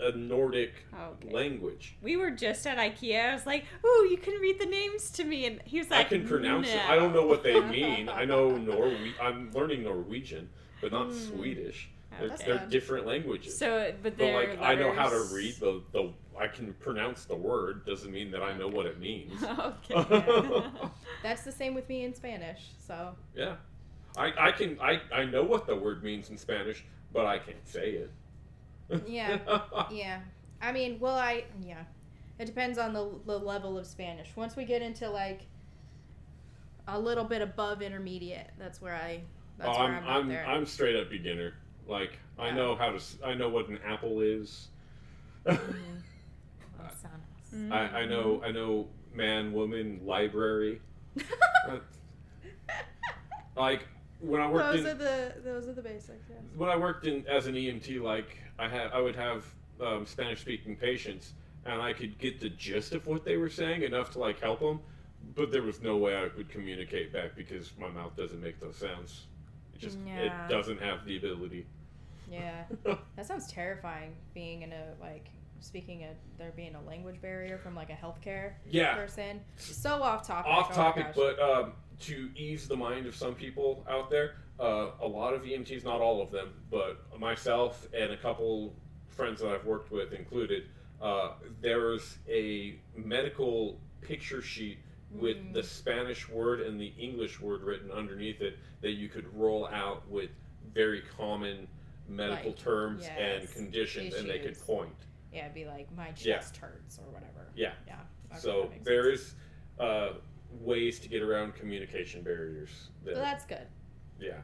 Speaker 1: a Nordic
Speaker 3: Okay.
Speaker 1: language.
Speaker 3: We were just at IKEA. I was like, "Ooh, you can read the names to me," and he was
Speaker 1: I
Speaker 3: like,
Speaker 1: can pronounce it.
Speaker 3: "No."
Speaker 1: I don't know what they mean. I know Norwe. I'm learning Norwegian, but not
Speaker 2: Hmm.
Speaker 1: Swedish.
Speaker 3: Oh,
Speaker 1: They're,
Speaker 2: That's
Speaker 3: okay.
Speaker 1: they're
Speaker 2: good.
Speaker 1: different languages.
Speaker 3: So, but
Speaker 1: but
Speaker 3: they're
Speaker 1: like I know how to
Speaker 3: letters-
Speaker 1: read the the. I can pronounce the word. Doesn't mean that I know what it means.
Speaker 3: okay.
Speaker 2: That's the same with me in Spanish. So
Speaker 1: Yeah, I, I can I, I know what the word means in Spanish, but I can't say it.
Speaker 2: Yeah. yeah, I mean, well, I yeah, it depends on the the level of Spanish. Once we get into like a little bit above intermediate, that's where I that's
Speaker 1: Oh,
Speaker 2: where
Speaker 1: I'm
Speaker 2: I'm, out
Speaker 1: I'm,
Speaker 2: there.
Speaker 1: I'm straight up beginner. Like I
Speaker 2: Yeah.
Speaker 1: know how to s- I know what an apple is. I,
Speaker 2: Mhm. That's on us.
Speaker 3: Mm.
Speaker 1: I know
Speaker 2: Mm-hmm.
Speaker 1: I know man woman library. Uh, like when I worked
Speaker 2: those
Speaker 1: in
Speaker 2: are the those are the basics. Yeah.
Speaker 1: when I worked in as an EMT, like I had, I would have um, Spanish-speaking patients, and I could get the gist of what they were saying enough to like help them, but there was no way I would communicate back because my mouth doesn't make those sounds. It just
Speaker 2: Yeah.
Speaker 1: it doesn't have the ability.
Speaker 2: Yeah, that sounds terrifying. Being in a like speaking a there being a language barrier from like a healthcare
Speaker 1: yeah,
Speaker 2: person. So off topic.
Speaker 1: off
Speaker 2: oh my
Speaker 1: topic,
Speaker 2: gosh.
Speaker 1: but um, to ease the mind of some people out there, uh, a lot of EMTs, not all of them, but myself and a couple friends that I've worked with included, uh, there's a medical picture sheet with
Speaker 2: Mm.
Speaker 1: the Spanish word and the English word written underneath it that you could roll out with very common medical
Speaker 2: Like,
Speaker 1: terms and
Speaker 2: yes,
Speaker 1: conditions, and they could
Speaker 2: issues.
Speaker 1: point.
Speaker 2: yeah, it'd be like my chest
Speaker 1: Yeah.
Speaker 2: hurts or whatever.
Speaker 1: Yeah.
Speaker 2: Yeah. Okay,
Speaker 1: so
Speaker 2: that makes
Speaker 1: there
Speaker 2: sense.
Speaker 1: is uh, ways to get around communication barriers. That,
Speaker 2: So that's good.
Speaker 1: yeah,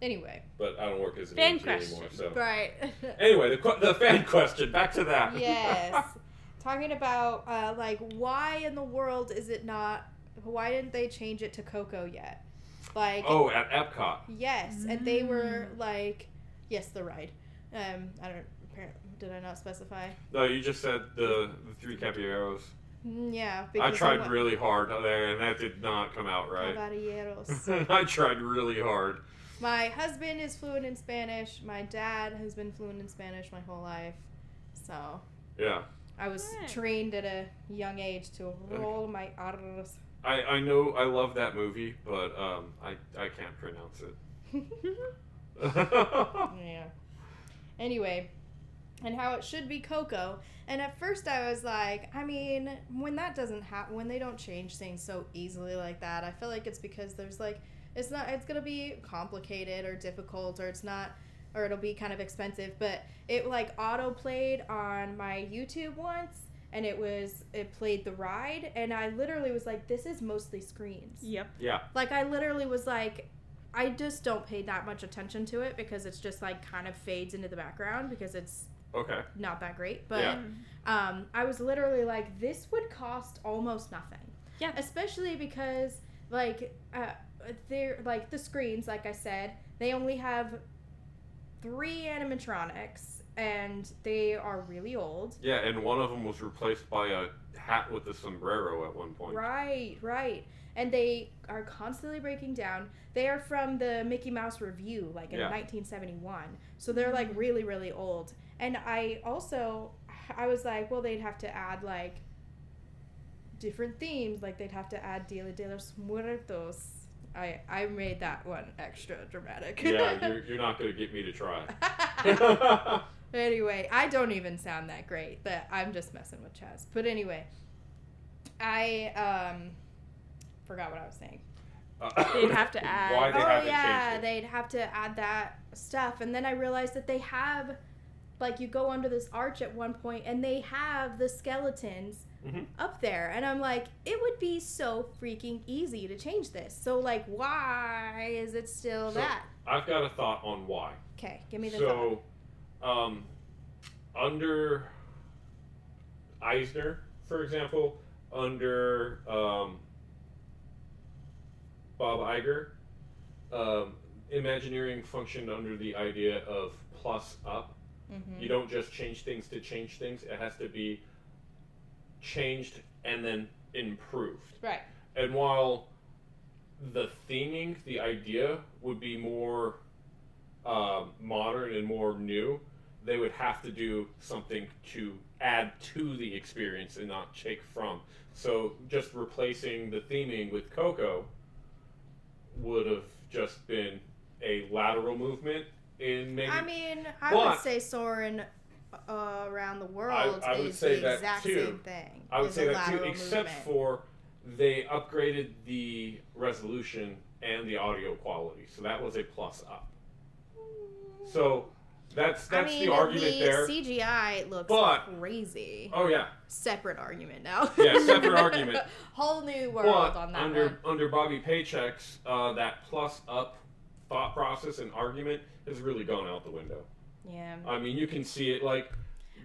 Speaker 2: Anyway.
Speaker 1: but I don't work as an
Speaker 3: Fan
Speaker 1: EMT anymore.
Speaker 3: question.
Speaker 1: So
Speaker 2: Right.
Speaker 1: anyway, the que- the fan question. Back to that.
Speaker 2: yes. Talking about uh, like why in the world is it not? Why didn't they change it to Coco yet? Like
Speaker 1: oh, at Epcot.
Speaker 2: Yes, and they were like, yes, the ride. Um, I don't. appar- Did I not specify?
Speaker 1: No, you just said the, the three caballeros.
Speaker 2: Mm, Yeah,
Speaker 1: I
Speaker 2: I wa-
Speaker 1: tried really hard there, and that did not come out right.
Speaker 2: Caballeros.
Speaker 1: I tried really hard.
Speaker 2: my husband is fluent in Spanish. My dad has been fluent in Spanish my whole life, so
Speaker 1: Yeah,
Speaker 2: I was
Speaker 3: Good.
Speaker 2: trained at a young age to roll my r's.
Speaker 1: I, I know I love that movie, but um, I I can't pronounce it.
Speaker 2: Yeah. Anyway, and how it should be Coco. And at first I was like, I mean, when that doesn't happen, when they don't change things so easily like that, I feel like it's because there's like, it's not, it's gonna be complicated or difficult or it's not, or it'll be kind of expensive. But it like auto played on my YouTube once. And it was, it played the ride, and I literally was like, this is mostly screens.
Speaker 3: Yep.
Speaker 2: Like I literally was like, I just don't pay that much attention to it because it's just like kind of fades into the background because it's
Speaker 1: okay.
Speaker 2: not that great. But
Speaker 1: Yeah.
Speaker 2: um, I was literally like, this would cost almost nothing.
Speaker 3: Yeah.
Speaker 2: Especially because like uh, they're like the screens, like I said, they only have three animatronics and they are really old.
Speaker 1: Yeah, and one of them was replaced by a hat with a sombrero at one point.
Speaker 2: Right, right. And they are constantly breaking down. They are from the Mickey Mouse Review, like in
Speaker 1: Yeah.
Speaker 2: 1971. So they're like really, really old. And I also, I was like, well, they'd have to add like different themes. Like they'd have to add Dia de los Muertos. I, I made that one extra dramatic.
Speaker 1: yeah, you're, you're not going to get me to try.
Speaker 2: Anyway, I don't even sound that great, but I'm just messing with Chaz. But anyway, I um forgot what I was saying.
Speaker 3: They'd have to add-
Speaker 1: Uh, Why they
Speaker 2: oh
Speaker 1: haven't
Speaker 2: yeah,
Speaker 1: changed it.
Speaker 2: they'd have to add that stuff, and then I realized that they have, like, you go under this arch at one point, and they have the skeletons
Speaker 1: Mhm.
Speaker 2: up there, and I'm like, it would be so freaking easy to change this. So like, why is it still
Speaker 1: So-
Speaker 2: that?
Speaker 1: I've got a thought on why.
Speaker 2: Okay, give me the thought.
Speaker 1: so, um, under Eisner, for example, under um, Bob Iger, um, Imagineering functioned under the idea of plus up.
Speaker 2: Mm-hmm.
Speaker 1: You don't just change things to change things, it has to be changed and then improved.
Speaker 2: Right.
Speaker 1: And while the theming, the idea would be more um, modern and more new, they would have to do something to add to the experience and not take from. So just replacing the theming with Coco would have just been a lateral movement in maybe.
Speaker 2: I mean, I would
Speaker 1: But-
Speaker 2: say soaring uh, around the world
Speaker 1: I would
Speaker 2: is
Speaker 1: say
Speaker 2: the
Speaker 1: that
Speaker 2: exact
Speaker 1: too.
Speaker 2: same thing.
Speaker 1: I would
Speaker 2: is
Speaker 1: say
Speaker 2: a
Speaker 1: that too,
Speaker 2: lateral
Speaker 1: except
Speaker 2: movement.
Speaker 1: for they upgraded the resolution and the audio quality, so that was a plus up. So that's
Speaker 2: I
Speaker 1: that's
Speaker 2: mean,
Speaker 1: the argument
Speaker 2: the
Speaker 1: there.
Speaker 2: CGI looks
Speaker 1: But-
Speaker 2: crazy.
Speaker 1: oh yeah,
Speaker 2: Separate argument now.
Speaker 1: Yeah, separate argument.
Speaker 2: Whole new world
Speaker 1: but
Speaker 2: on that
Speaker 1: under
Speaker 2: one.
Speaker 1: under Bobby Paycheck's uh, that plus up thought process and argument has really gone out the window.
Speaker 2: Yeah.
Speaker 1: I mean, you can see it like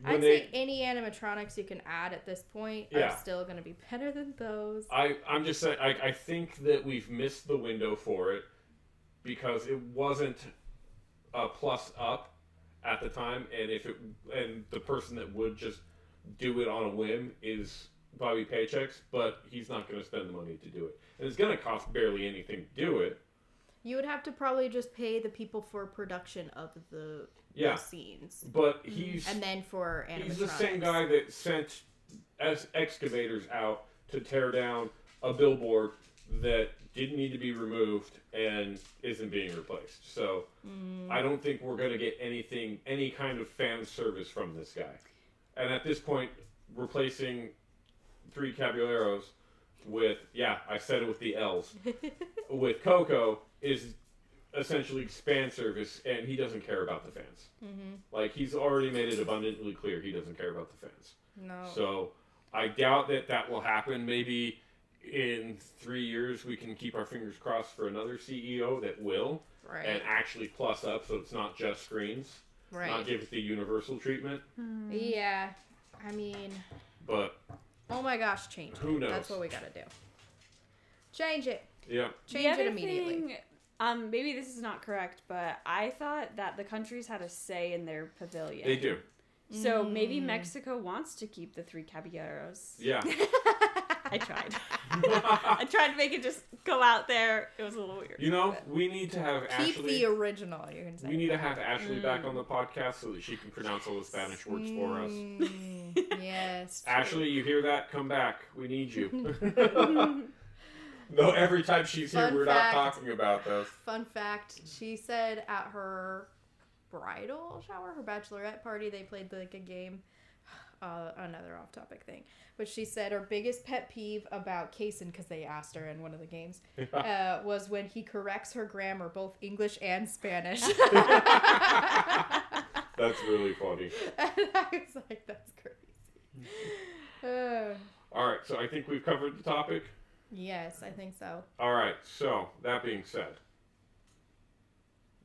Speaker 1: when
Speaker 2: I'd
Speaker 1: they.
Speaker 2: say any animatronics you can add at this point
Speaker 1: Yeah.
Speaker 2: are still going to be better than those.
Speaker 1: I, I'm just saying, I, I think that we've missed the window for it because it wasn't a plus up at the time, and if it and the person that would just do it on a whim is Bobby Paychecks, but he's not going to spend the money to do it, and it's going to cost barely anything to do it.
Speaker 2: You would have to probably just pay the people for production of the,
Speaker 1: Yeah.
Speaker 2: the scenes.
Speaker 1: But he's
Speaker 2: and then for animatronics.
Speaker 1: he's the same guy that sent as excavators out to tear down a billboard that didn't need to be removed and isn't being replaced. So I don't think we're going to get anything, any kind of fan service from this guy. And at this point, replacing three Caballeros with yeah, I said it with the L's with Coco is essentially fan service, and he doesn't care about the fans. Like he's already made it abundantly clear he doesn't care about the fans.
Speaker 2: No.
Speaker 1: So I doubt that that will happen. Maybe in three years we can keep our fingers crossed for another CEO that will
Speaker 2: right.
Speaker 1: and actually plus up, so it's not just screens, not
Speaker 2: Right.
Speaker 1: give it the universal treatment.
Speaker 3: Mm-hmm.
Speaker 2: Yeah. I mean,
Speaker 1: But
Speaker 2: oh my gosh, change it.
Speaker 1: Who knows?
Speaker 2: That's what we got to do. Change it.
Speaker 1: yeah,
Speaker 2: Change
Speaker 3: The other
Speaker 2: it immediately.
Speaker 3: thing- um, maybe this is not correct, but I thought that the countries had a say in their pavilion.
Speaker 1: they do.
Speaker 3: So
Speaker 2: Mm.
Speaker 3: maybe Mexico wants to keep the three caballeros.
Speaker 1: Yeah,
Speaker 3: I tried. I tried to make it just go out there. It was a little weird.
Speaker 1: you know we need to have
Speaker 2: Keep
Speaker 1: Ashley.
Speaker 2: the Mm. original, you can say.
Speaker 1: we need to have Ashley back on the podcast so that she can pronounce all the Spanish words for us.
Speaker 2: Mm, yes.
Speaker 1: Ashley, you hear that? Come back. We need you. no, every time she's here,
Speaker 2: Fun
Speaker 1: we're
Speaker 2: fact.
Speaker 1: not talking about those.
Speaker 2: Fun fact, she said at her bridal shower, her bachelorette party, they played like a game. Uh, another off topic thing. But she said her biggest pet peeve about Kason, because they asked her in one of the games, uh, was when he corrects her grammar, both English and Spanish. and
Speaker 1: That's really funny.
Speaker 2: I was like, that's crazy. Uh,
Speaker 1: All right, so I think we've covered the topic.
Speaker 2: yes, I think so.
Speaker 1: All right, so that being said,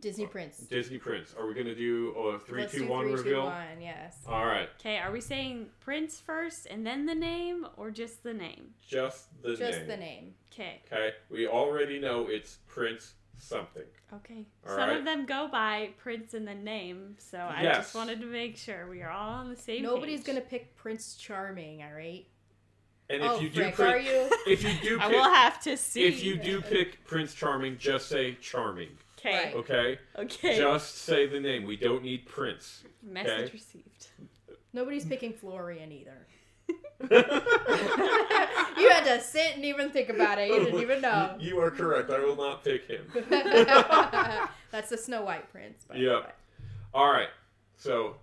Speaker 2: Disney Prince.
Speaker 1: Disney Prince, are we going to do a three,
Speaker 2: Let's do
Speaker 1: two, one
Speaker 2: three, two,
Speaker 1: reveal?
Speaker 2: one, yes.
Speaker 1: All right,
Speaker 3: Okay, are we saying Prince first and then the name or just the name?
Speaker 1: just the
Speaker 2: Just
Speaker 1: name.
Speaker 2: the name.
Speaker 3: Okay.
Speaker 1: Okay, we already know it's Prince something.
Speaker 3: Okay.
Speaker 1: All
Speaker 3: Some
Speaker 1: right.
Speaker 3: of them go by Prince and the name, so I
Speaker 1: Yes.
Speaker 3: just wanted to make sure we are all on the same
Speaker 2: Nobody's
Speaker 3: page.
Speaker 2: gonna pick Prince Charming, all right?
Speaker 1: And
Speaker 2: oh,
Speaker 1: if you do
Speaker 2: frick,
Speaker 1: pick,
Speaker 2: are you?
Speaker 1: if you do
Speaker 3: I
Speaker 1: pick,
Speaker 3: will have to see.
Speaker 1: if you do pick Prince Charming, just say Charming.
Speaker 3: Okay.
Speaker 2: Right.
Speaker 1: Okay,
Speaker 3: Okay.
Speaker 1: just say the name. We don't need Prince.
Speaker 3: Message
Speaker 1: okay.
Speaker 3: received.
Speaker 2: Nobody's picking Florian either.
Speaker 1: you
Speaker 2: you had to sit and even think about it. You didn't even know.
Speaker 1: You are correct. I will not pick him.
Speaker 2: That's the Snow White Prince. By
Speaker 1: Yep. All right. So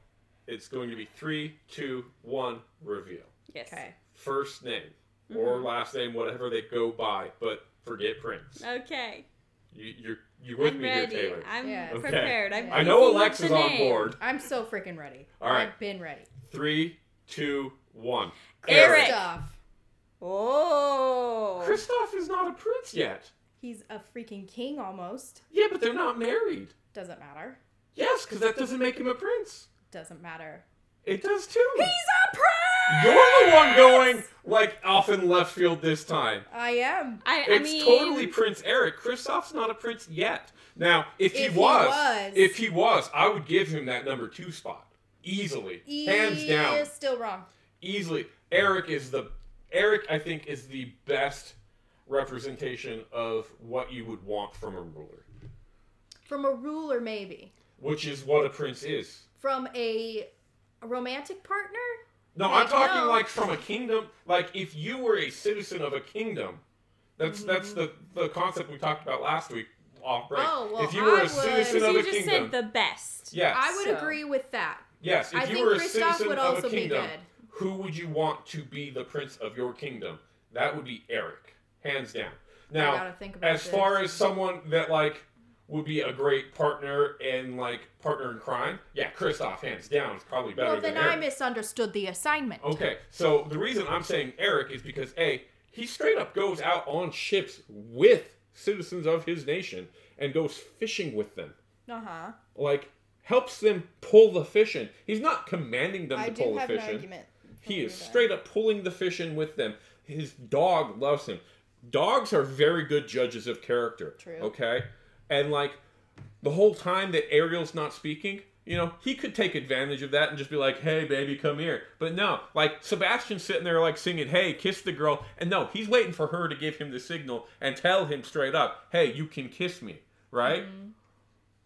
Speaker 1: it's going to be three, two, one, reveal.
Speaker 3: Yes.
Speaker 2: The way. Okay.
Speaker 1: First name or last name, whatever they go by, but forget Prince.
Speaker 3: Okay.
Speaker 1: You, you're you with
Speaker 3: Uh, I'm
Speaker 1: me
Speaker 3: ready.
Speaker 1: here, Taylor.
Speaker 3: I'm
Speaker 2: Yeah.
Speaker 1: Okay.
Speaker 3: prepared. I'm
Speaker 1: I know
Speaker 3: looking up
Speaker 1: Alexa's
Speaker 3: the
Speaker 1: on
Speaker 3: name.
Speaker 1: board.
Speaker 2: I'm so freaking ready.
Speaker 1: All right.
Speaker 2: I've been ready.
Speaker 1: Three, two, one.
Speaker 3: Eric.
Speaker 2: Stuff.
Speaker 3: Oh.
Speaker 1: Kristoff is not a prince yet.
Speaker 2: He's a freaking king almost.
Speaker 1: Yeah, but they're not married.
Speaker 2: Doesn't matter.
Speaker 1: Yes, because that doesn't make him a prince.
Speaker 2: Doesn't matter.
Speaker 1: It does too.
Speaker 2: He's a prince.
Speaker 1: You're the one going like off in left field this time.
Speaker 2: I am.
Speaker 3: I, I
Speaker 1: It's
Speaker 3: mean,
Speaker 1: totally Prince Eric. Kristoff's not a prince yet. Now, if he,
Speaker 2: If he
Speaker 1: was,
Speaker 2: was.
Speaker 1: if he was, I would give him that number two spot easily,
Speaker 2: E
Speaker 1: hands down,
Speaker 2: is still wrong.
Speaker 1: easily. Eric is the Eric. I think is the best representation of what you would want from a ruler,
Speaker 2: From a ruler, maybe.
Speaker 1: which is what a prince is.
Speaker 2: From a romantic partner?
Speaker 1: No,
Speaker 2: Like,
Speaker 1: I'm talking
Speaker 2: no.
Speaker 1: like from a kingdom. Like if you were a citizen of a kingdom, that's that's the the concept we talked about last week off break.
Speaker 2: Mm-hmm. Oh, well,
Speaker 1: if you were a
Speaker 2: I would-
Speaker 1: citizen
Speaker 3: So
Speaker 1: of
Speaker 3: you
Speaker 1: a
Speaker 3: just
Speaker 1: kingdom,
Speaker 3: said the best.
Speaker 1: yes,
Speaker 2: I would
Speaker 3: So-
Speaker 2: agree with that.
Speaker 1: yes. If
Speaker 2: I
Speaker 1: you
Speaker 2: think
Speaker 1: were a
Speaker 2: Kristoff
Speaker 1: citizen
Speaker 2: would
Speaker 1: of
Speaker 2: also
Speaker 1: a
Speaker 2: be
Speaker 1: kingdom,
Speaker 2: good.
Speaker 1: who would you want to be the prince of your kingdom? That would be Eric, hands down.
Speaker 2: I
Speaker 1: Now,
Speaker 2: gotta think about
Speaker 1: as
Speaker 2: this.
Speaker 1: far as someone that like would be a great partner and like partner in crime, yeah, Kristoff, hands down, is probably better
Speaker 2: Well,
Speaker 1: than
Speaker 2: then I
Speaker 1: Eric. Oh.
Speaker 2: misunderstood the assignment.
Speaker 1: Okay, so the reason I'm saying Eric is because A, he straight up goes out on ships with citizens of his nation and goes fishing with them.
Speaker 2: Uh
Speaker 1: Uh-huh.
Speaker 2: huh.
Speaker 1: Like, helps them pull the fish in. He's not commanding them to pull the fish in. He is straight up pulling the fish in with them. His dog loves him. Dogs are very good judges of character.
Speaker 2: True.
Speaker 1: Okay? And like the whole time that Ariel's not speaking, you know, he could take advantage of that and just be like, hey, baby, come here. But no, like Sebastian's sitting there like singing, hey, kiss the girl. And no, he's waiting for her to give him the signal and tell him straight up, hey, you can kiss me. Right?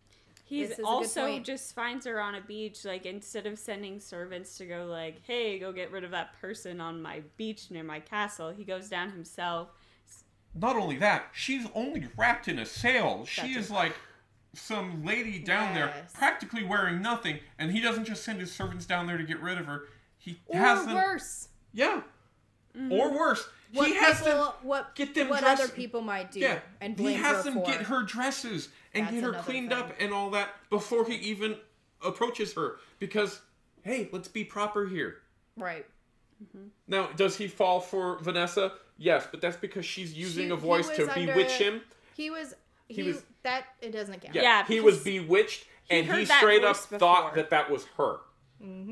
Speaker 2: This is
Speaker 3: He's
Speaker 2: a good
Speaker 3: also
Speaker 2: point.
Speaker 3: just finds her on a beach, like instead of sending servants to go like, hey, go get rid of that person on my beach near my castle, he goes down himself.
Speaker 1: not only that, she's only wrapped in a sail. She
Speaker 3: Gotcha.
Speaker 1: is like some lady down there,
Speaker 2: Yes.
Speaker 1: practically wearing nothing, and he doesn't just send his servants down there to get rid of her. He
Speaker 2: Or
Speaker 1: has them,
Speaker 2: worse, Mm-hmm.
Speaker 1: yeah, or worse.
Speaker 2: what
Speaker 1: he has
Speaker 2: people,
Speaker 1: them,
Speaker 2: what
Speaker 1: get them
Speaker 2: what
Speaker 1: dressed-
Speaker 2: other people might do,
Speaker 1: yeah,
Speaker 2: and
Speaker 1: he
Speaker 2: blame
Speaker 1: has
Speaker 2: her
Speaker 1: them
Speaker 2: for.
Speaker 1: get her dresses and
Speaker 2: That's
Speaker 1: get her
Speaker 2: another
Speaker 1: cleaned
Speaker 2: thing.
Speaker 1: up and all that before he even approaches her. Because hey, let's be proper here.
Speaker 2: right.
Speaker 1: Now, does he fall for Vanessa? Yes, but that's because she's using
Speaker 2: She-
Speaker 1: a
Speaker 2: he
Speaker 1: voice to
Speaker 2: was under-
Speaker 1: bewitch him.
Speaker 2: He was he,
Speaker 1: was-
Speaker 2: that it doesn't count.
Speaker 1: Yeah,
Speaker 3: Yeah,
Speaker 1: he was
Speaker 3: because
Speaker 1: bewitched,
Speaker 3: he
Speaker 1: and he
Speaker 3: heard that
Speaker 1: straight up thought
Speaker 3: voice before. Mm-hmm.
Speaker 1: that that was her.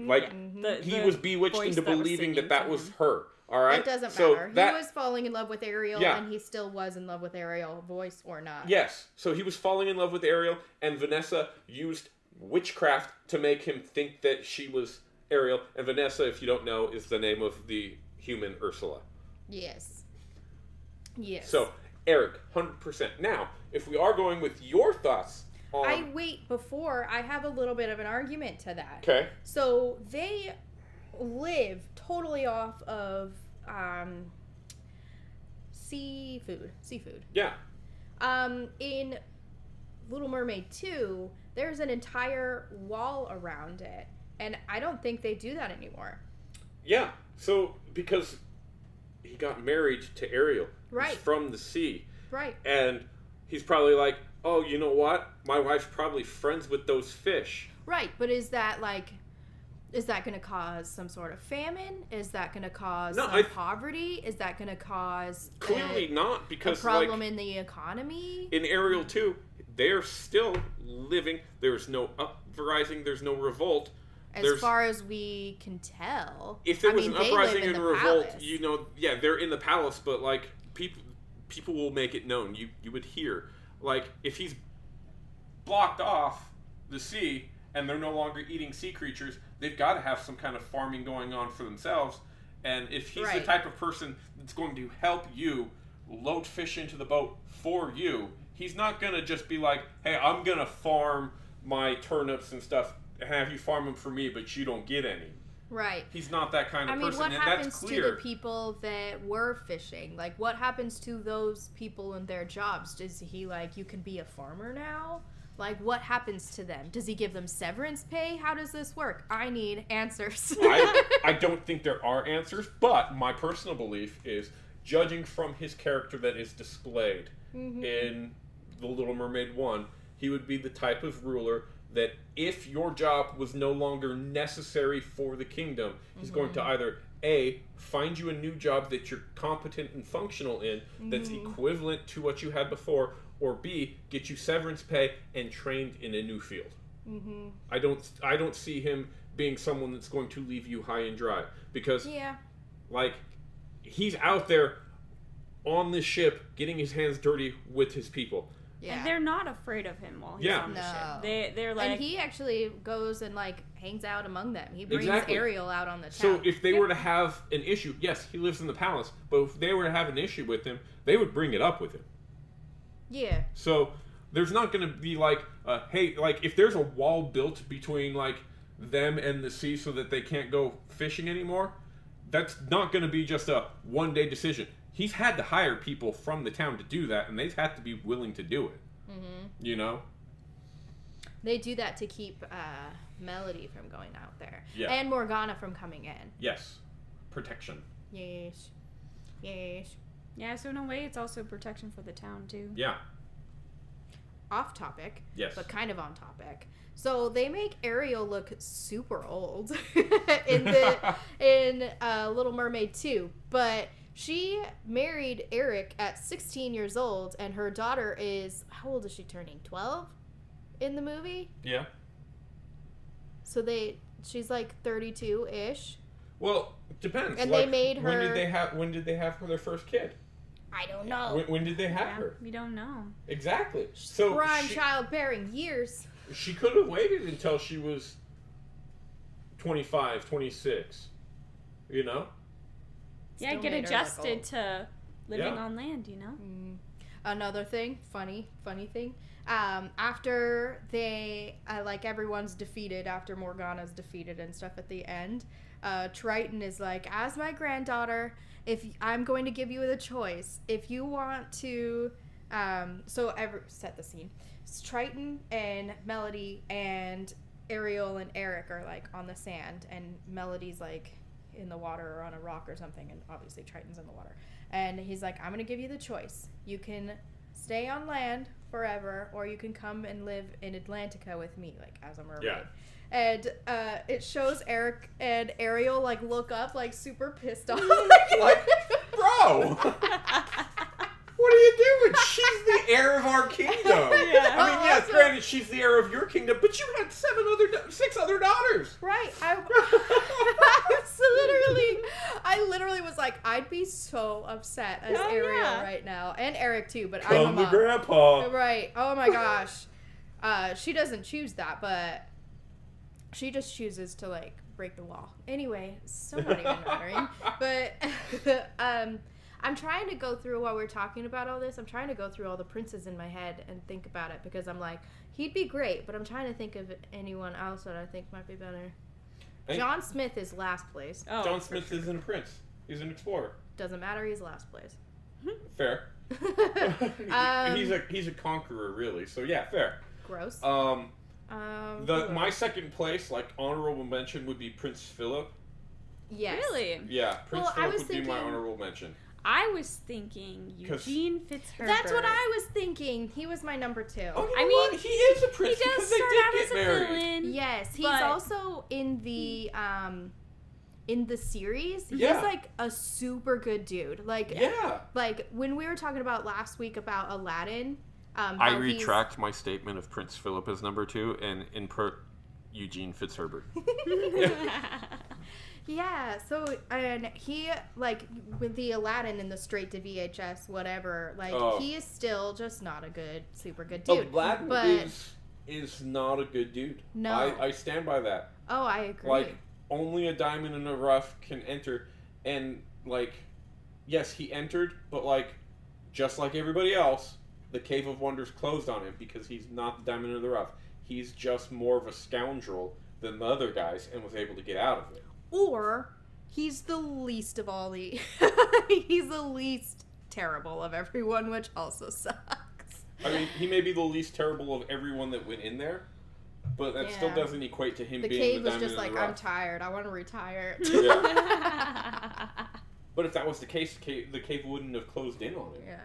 Speaker 1: Like
Speaker 2: Mm-hmm.
Speaker 3: The-
Speaker 1: he
Speaker 3: the
Speaker 1: was bewitched
Speaker 3: voice
Speaker 1: into
Speaker 3: that was
Speaker 1: believing
Speaker 3: singing
Speaker 1: that that
Speaker 3: to
Speaker 1: was
Speaker 3: him.
Speaker 1: her. All right,
Speaker 2: It doesn't
Speaker 1: so
Speaker 2: matter.
Speaker 1: That,
Speaker 2: he was falling in love with Ariel,
Speaker 1: Yeah.
Speaker 2: and he still was in love with Ariel, voice or not.
Speaker 1: yes. So he was falling in love with Ariel, and Vanessa used witchcraft to make him think that she was Ariel. And Vanessa, if you don't know, is the name of the human Ursula.
Speaker 2: Yes. Yes.
Speaker 1: So Eric, hundred percent. Now, if we are going with your thoughts on
Speaker 2: I wait before I have a little bit of an argument to that.
Speaker 1: um, okay,
Speaker 2: So they live totally off of um, seafood. Seafood.
Speaker 1: yeah,
Speaker 2: Um, in Little Mermaid 2, there's an entire wall around it. And I don't think they do that anymore.
Speaker 1: Yeah. So because he got married to Ariel, who's
Speaker 2: Right.
Speaker 1: from the sea,
Speaker 2: Right.
Speaker 1: and he's probably like, "Oh, you know what? My wife's probably friends with those fish."
Speaker 2: Right. But is that like. Is that going to cause some sort of famine? Is that going to cause
Speaker 1: No,
Speaker 2: some
Speaker 1: I-
Speaker 2: poverty? Is that going to cause a-
Speaker 1: Clearly not,
Speaker 2: a,
Speaker 1: because
Speaker 2: problem
Speaker 1: like
Speaker 2: in the economy?
Speaker 1: in Ariel two, they're still living. There's no uprising. There's no revolt.
Speaker 2: as
Speaker 1: there's-
Speaker 2: far as we can tell.
Speaker 1: If there
Speaker 2: I
Speaker 1: was
Speaker 2: mean,
Speaker 1: an
Speaker 2: they live
Speaker 1: uprising
Speaker 2: in
Speaker 1: and
Speaker 2: the
Speaker 1: revolt,
Speaker 2: palace.
Speaker 1: you know, yeah, they're in the palace, but like people, people will make it known. You you would hear like if he's blocked off the sea and they're no longer eating sea creatures, they've got to have some kind of farming going on for themselves. And if he's the
Speaker 2: Right.
Speaker 1: type of person that's going to help you load fish into the boat for you, he's not going to just be like, "Hey, I'm going to farm my turnips and stuff and have you farm them for me, but you don't get any."
Speaker 2: right.
Speaker 1: He's not that kind
Speaker 2: I
Speaker 1: of
Speaker 2: mean,
Speaker 1: person,
Speaker 2: what
Speaker 1: and that's
Speaker 2: happens to
Speaker 1: clear.
Speaker 2: the people that were fishing? Like, what happens to those people and their jobs? Does he like you can be a farmer now? Like, what happens to them? Does he give them severance pay? How does this work? I need answers.
Speaker 1: I, I don't think there are answers, but my personal belief is judging from his character that is displayed
Speaker 2: Mm-hmm.
Speaker 1: in The Little Mermaid 1, he would be the type of ruler that if your job was no longer necessary for the kingdom, he's going
Speaker 2: Mm-hmm.
Speaker 1: to either A, find you a new job that you're competent and functional in that's
Speaker 2: Mm-hmm.
Speaker 1: equivalent to what you had before, or B, get you severance pay and trained in a new field. I don't I don't see him being someone that's going to leave you high and dry because
Speaker 2: Yeah.
Speaker 1: like he's out there on the ship getting his hands dirty with his people.
Speaker 3: And
Speaker 2: Yeah.
Speaker 3: they're not afraid of him while he's
Speaker 1: Yeah.
Speaker 3: on the
Speaker 2: No.
Speaker 3: ship. They they're like
Speaker 2: and he actually goes and like hangs out among them. He brings
Speaker 1: Exactly.
Speaker 2: Ariel out on the town.
Speaker 1: So if they were to have an issue, yes, he lives in the palace, but if they were to have an issue with him, they would bring it up with him.
Speaker 2: yeah,
Speaker 1: So there's not going to be like, uh, hey, like if there's a wall built between like them and the sea so that they can't go fishing anymore, that's not going to be just a one day decision. He's had to hire people from the town to do that, and they've had to be willing to do it.
Speaker 2: Mm-hmm.
Speaker 1: You know?
Speaker 2: they do that to keep uh, Melody from going out there
Speaker 1: Yeah.
Speaker 2: and Morgana from coming in.
Speaker 1: Yes. Protection.
Speaker 2: Yes, yes.
Speaker 3: Yeah, so in a way it's also protection for the town too.
Speaker 1: Yeah.
Speaker 2: Off topic,
Speaker 1: Yes.
Speaker 2: but kind of on topic. So they make Ariel look super old in the in uh, Little Mermaid 2, but she married Eric at 16 years old, and her daughter is how old is she turning? 12 in the movie.
Speaker 1: yeah.
Speaker 2: So they, she's like 32 ish.
Speaker 1: Well, depends.
Speaker 2: And
Speaker 1: like,
Speaker 2: they made
Speaker 1: When
Speaker 2: her-
Speaker 1: did they have? When did they have her their first kid?
Speaker 2: I don't know.
Speaker 1: When, when did they have
Speaker 3: Yeah,
Speaker 1: her?
Speaker 3: we don't know.
Speaker 1: Exactly. So
Speaker 2: prime
Speaker 1: she,
Speaker 2: childbearing years.
Speaker 1: she could have waited until she was 25, 26. You know?
Speaker 3: Yeah,
Speaker 2: Still
Speaker 3: get
Speaker 2: made her look
Speaker 3: adjusted
Speaker 2: old.
Speaker 3: to living
Speaker 1: Yeah.
Speaker 3: on land, you know?
Speaker 2: Mm. Another thing, funny, funny thing. Um, after they, uh, like everyone's defeated, after Morgana's defeated and stuff at the end, uh, Triton is like, as my granddaughter, if y- I'm going to give you the choice, if you want to, um, so ever set the scene. It's Triton and Melody and Ariel and Eric are like on the sand, and Melody's like in the water or on a rock or something, and obviously Triton's in the water. And he's like, I'm gonna give you the choice. You can stay on land forever, or you can come and live in Atlantica with me, like as a mermaid.
Speaker 1: Yeah.
Speaker 2: And uh, it shows Eric and Ariel like look up, like super pissed off.
Speaker 1: Like, bro, what are you doing? She's the heir of our kingdom. I mean, yes,
Speaker 2: Also-
Speaker 1: granted, she's the heir of your kingdom, but you had seven other, da- six other daughters.
Speaker 2: Right. I, I was literally, I literally was like, I'd be so upset as
Speaker 3: Oh,
Speaker 2: Ariel
Speaker 3: yeah.
Speaker 2: right now, and Eric too. But I'm a
Speaker 1: Come to
Speaker 2: mom.
Speaker 1: grandpa.
Speaker 2: Right. Oh my gosh. Uh, she doesn't choose that, but she just chooses to like break the wall. Anyway, so not even mattering. But um, I'm trying to go through while we're talking about all this. I'm trying to go through all the princes in my head and think about it because I'm like, he'd be great, but I'm trying to think of anyone else that I think might be better.
Speaker 1: Hey.
Speaker 2: John Smith is last place.
Speaker 3: Oh.
Speaker 1: John Smith isn't a prince. He's an explorer.
Speaker 2: Doesn't matter. He's last place.
Speaker 1: Fair.
Speaker 2: Um,
Speaker 1: he's a he's a conqueror, really. So yeah, fair.
Speaker 2: Gross.
Speaker 1: Um,
Speaker 2: Um,
Speaker 1: The
Speaker 2: who
Speaker 1: my
Speaker 2: else?
Speaker 1: second place, like honorable mention, would be Prince Philip.
Speaker 2: yes.
Speaker 3: Really?
Speaker 1: Yeah, Prince
Speaker 2: Well, I
Speaker 1: Philip
Speaker 2: was
Speaker 1: would be my
Speaker 2: thinking-
Speaker 1: honorable mention.
Speaker 3: I was thinking
Speaker 1: 'Cause-
Speaker 3: Eugene Fitzherbert.
Speaker 2: That's what I was thinking. He was my number two.
Speaker 1: Oh, you
Speaker 3: I
Speaker 1: know
Speaker 3: mean,
Speaker 1: what? he is a
Speaker 3: He
Speaker 1: prince
Speaker 3: does
Speaker 1: because they
Speaker 3: start out
Speaker 1: did
Speaker 3: as a
Speaker 1: get married.
Speaker 3: villain.
Speaker 2: Yes, he's
Speaker 3: But-
Speaker 2: also in the um in the series. He's
Speaker 1: Yeah.
Speaker 2: like a super good dude. Like
Speaker 1: Yeah.
Speaker 2: like when we were talking about last week about Aladdin, um
Speaker 1: I
Speaker 2: how he's-
Speaker 1: retract my statement of Prince Philip as number two and invert Eugene Fitzherbert.
Speaker 2: Yeah, so and he like with the Aladdin and the straight to VHS whatever, like
Speaker 1: Oh.
Speaker 2: he is still just not a good super good dude.
Speaker 1: Aladdin
Speaker 2: but
Speaker 1: Oh, is is not a good dude.
Speaker 2: No.
Speaker 1: I, I stand by that.
Speaker 2: oh, I agree.
Speaker 1: Like only a diamond in a rough can enter, and like, yes, he entered, but like, just like everybody else, the Cave of Wonders closed on him because he's not the diamond in the rough. He's just more of a scoundrel than the other guys, and was able to get out of it.
Speaker 2: or he's the least of all the he's the least terrible of everyone which also sucks
Speaker 1: I mean, he may be the least terrible of everyone that went in there, but that still
Speaker 2: Yeah.
Speaker 1: doesn't equate to him
Speaker 2: the
Speaker 1: being
Speaker 2: cave
Speaker 1: the
Speaker 2: was
Speaker 1: diamond
Speaker 2: just
Speaker 1: in
Speaker 2: like
Speaker 1: the
Speaker 2: i'm
Speaker 1: rough.
Speaker 2: tired i want to retire
Speaker 1: Yeah.
Speaker 2: yeah
Speaker 1: but if that was the case, the cave, the cave wouldn't have closed in on him.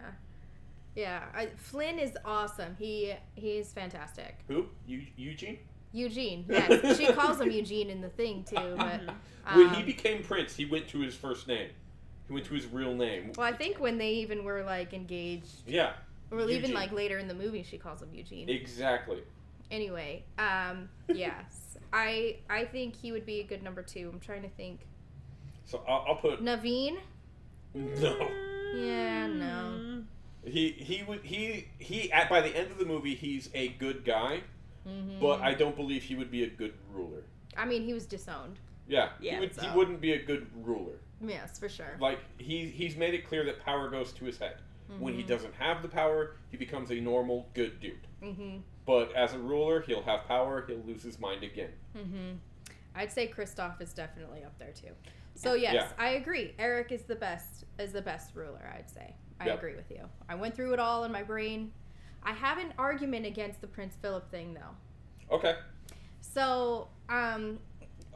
Speaker 2: yeah I, flynn is awesome he he's fantastic
Speaker 1: Who? Eu- Eugene?
Speaker 2: eugene yes she calls him eugene in the thing too
Speaker 1: Uh-huh.
Speaker 2: but
Speaker 1: when he
Speaker 2: um,
Speaker 1: became prince, he went to his first name. He went to his real name.
Speaker 2: well i think when they even were like engaged
Speaker 1: Yeah,
Speaker 2: or even
Speaker 1: Eugene.
Speaker 2: like later in the movie she calls him eugene
Speaker 1: exactly.
Speaker 2: Anyway, um, yes, I I think he would be a good number two. I'm trying to think.
Speaker 1: So I'll, I'll put
Speaker 2: Naveen.
Speaker 1: no.
Speaker 2: Yeah, no.
Speaker 3: Mm.
Speaker 1: He he would he he at by the end of the movie he's a good guy,
Speaker 2: Mm-hmm.
Speaker 1: but I don't believe he would be a good ruler.
Speaker 2: I mean, he was disowned.
Speaker 1: Yeah, he
Speaker 3: Yeah,
Speaker 1: would
Speaker 2: so-
Speaker 1: he wouldn't be a good ruler.
Speaker 2: Yes, for sure.
Speaker 1: Like he he's made it clear that power goes to his head. When he doesn't have the power, he becomes a normal good dude.
Speaker 2: Mm-hmm.
Speaker 1: But as a ruler, he'll have power. He'll lose his mind again.
Speaker 2: Mm-hmm. I'd say Kristoff is definitely up there too. So yes,
Speaker 1: Yeah.
Speaker 2: I agree. Eric is the best is the best ruler. I'd say. I
Speaker 1: Yeah.
Speaker 2: agree with you. I went through it all in my brain. I have an argument against the Prince Philip thing though.
Speaker 1: Okay,
Speaker 2: So um,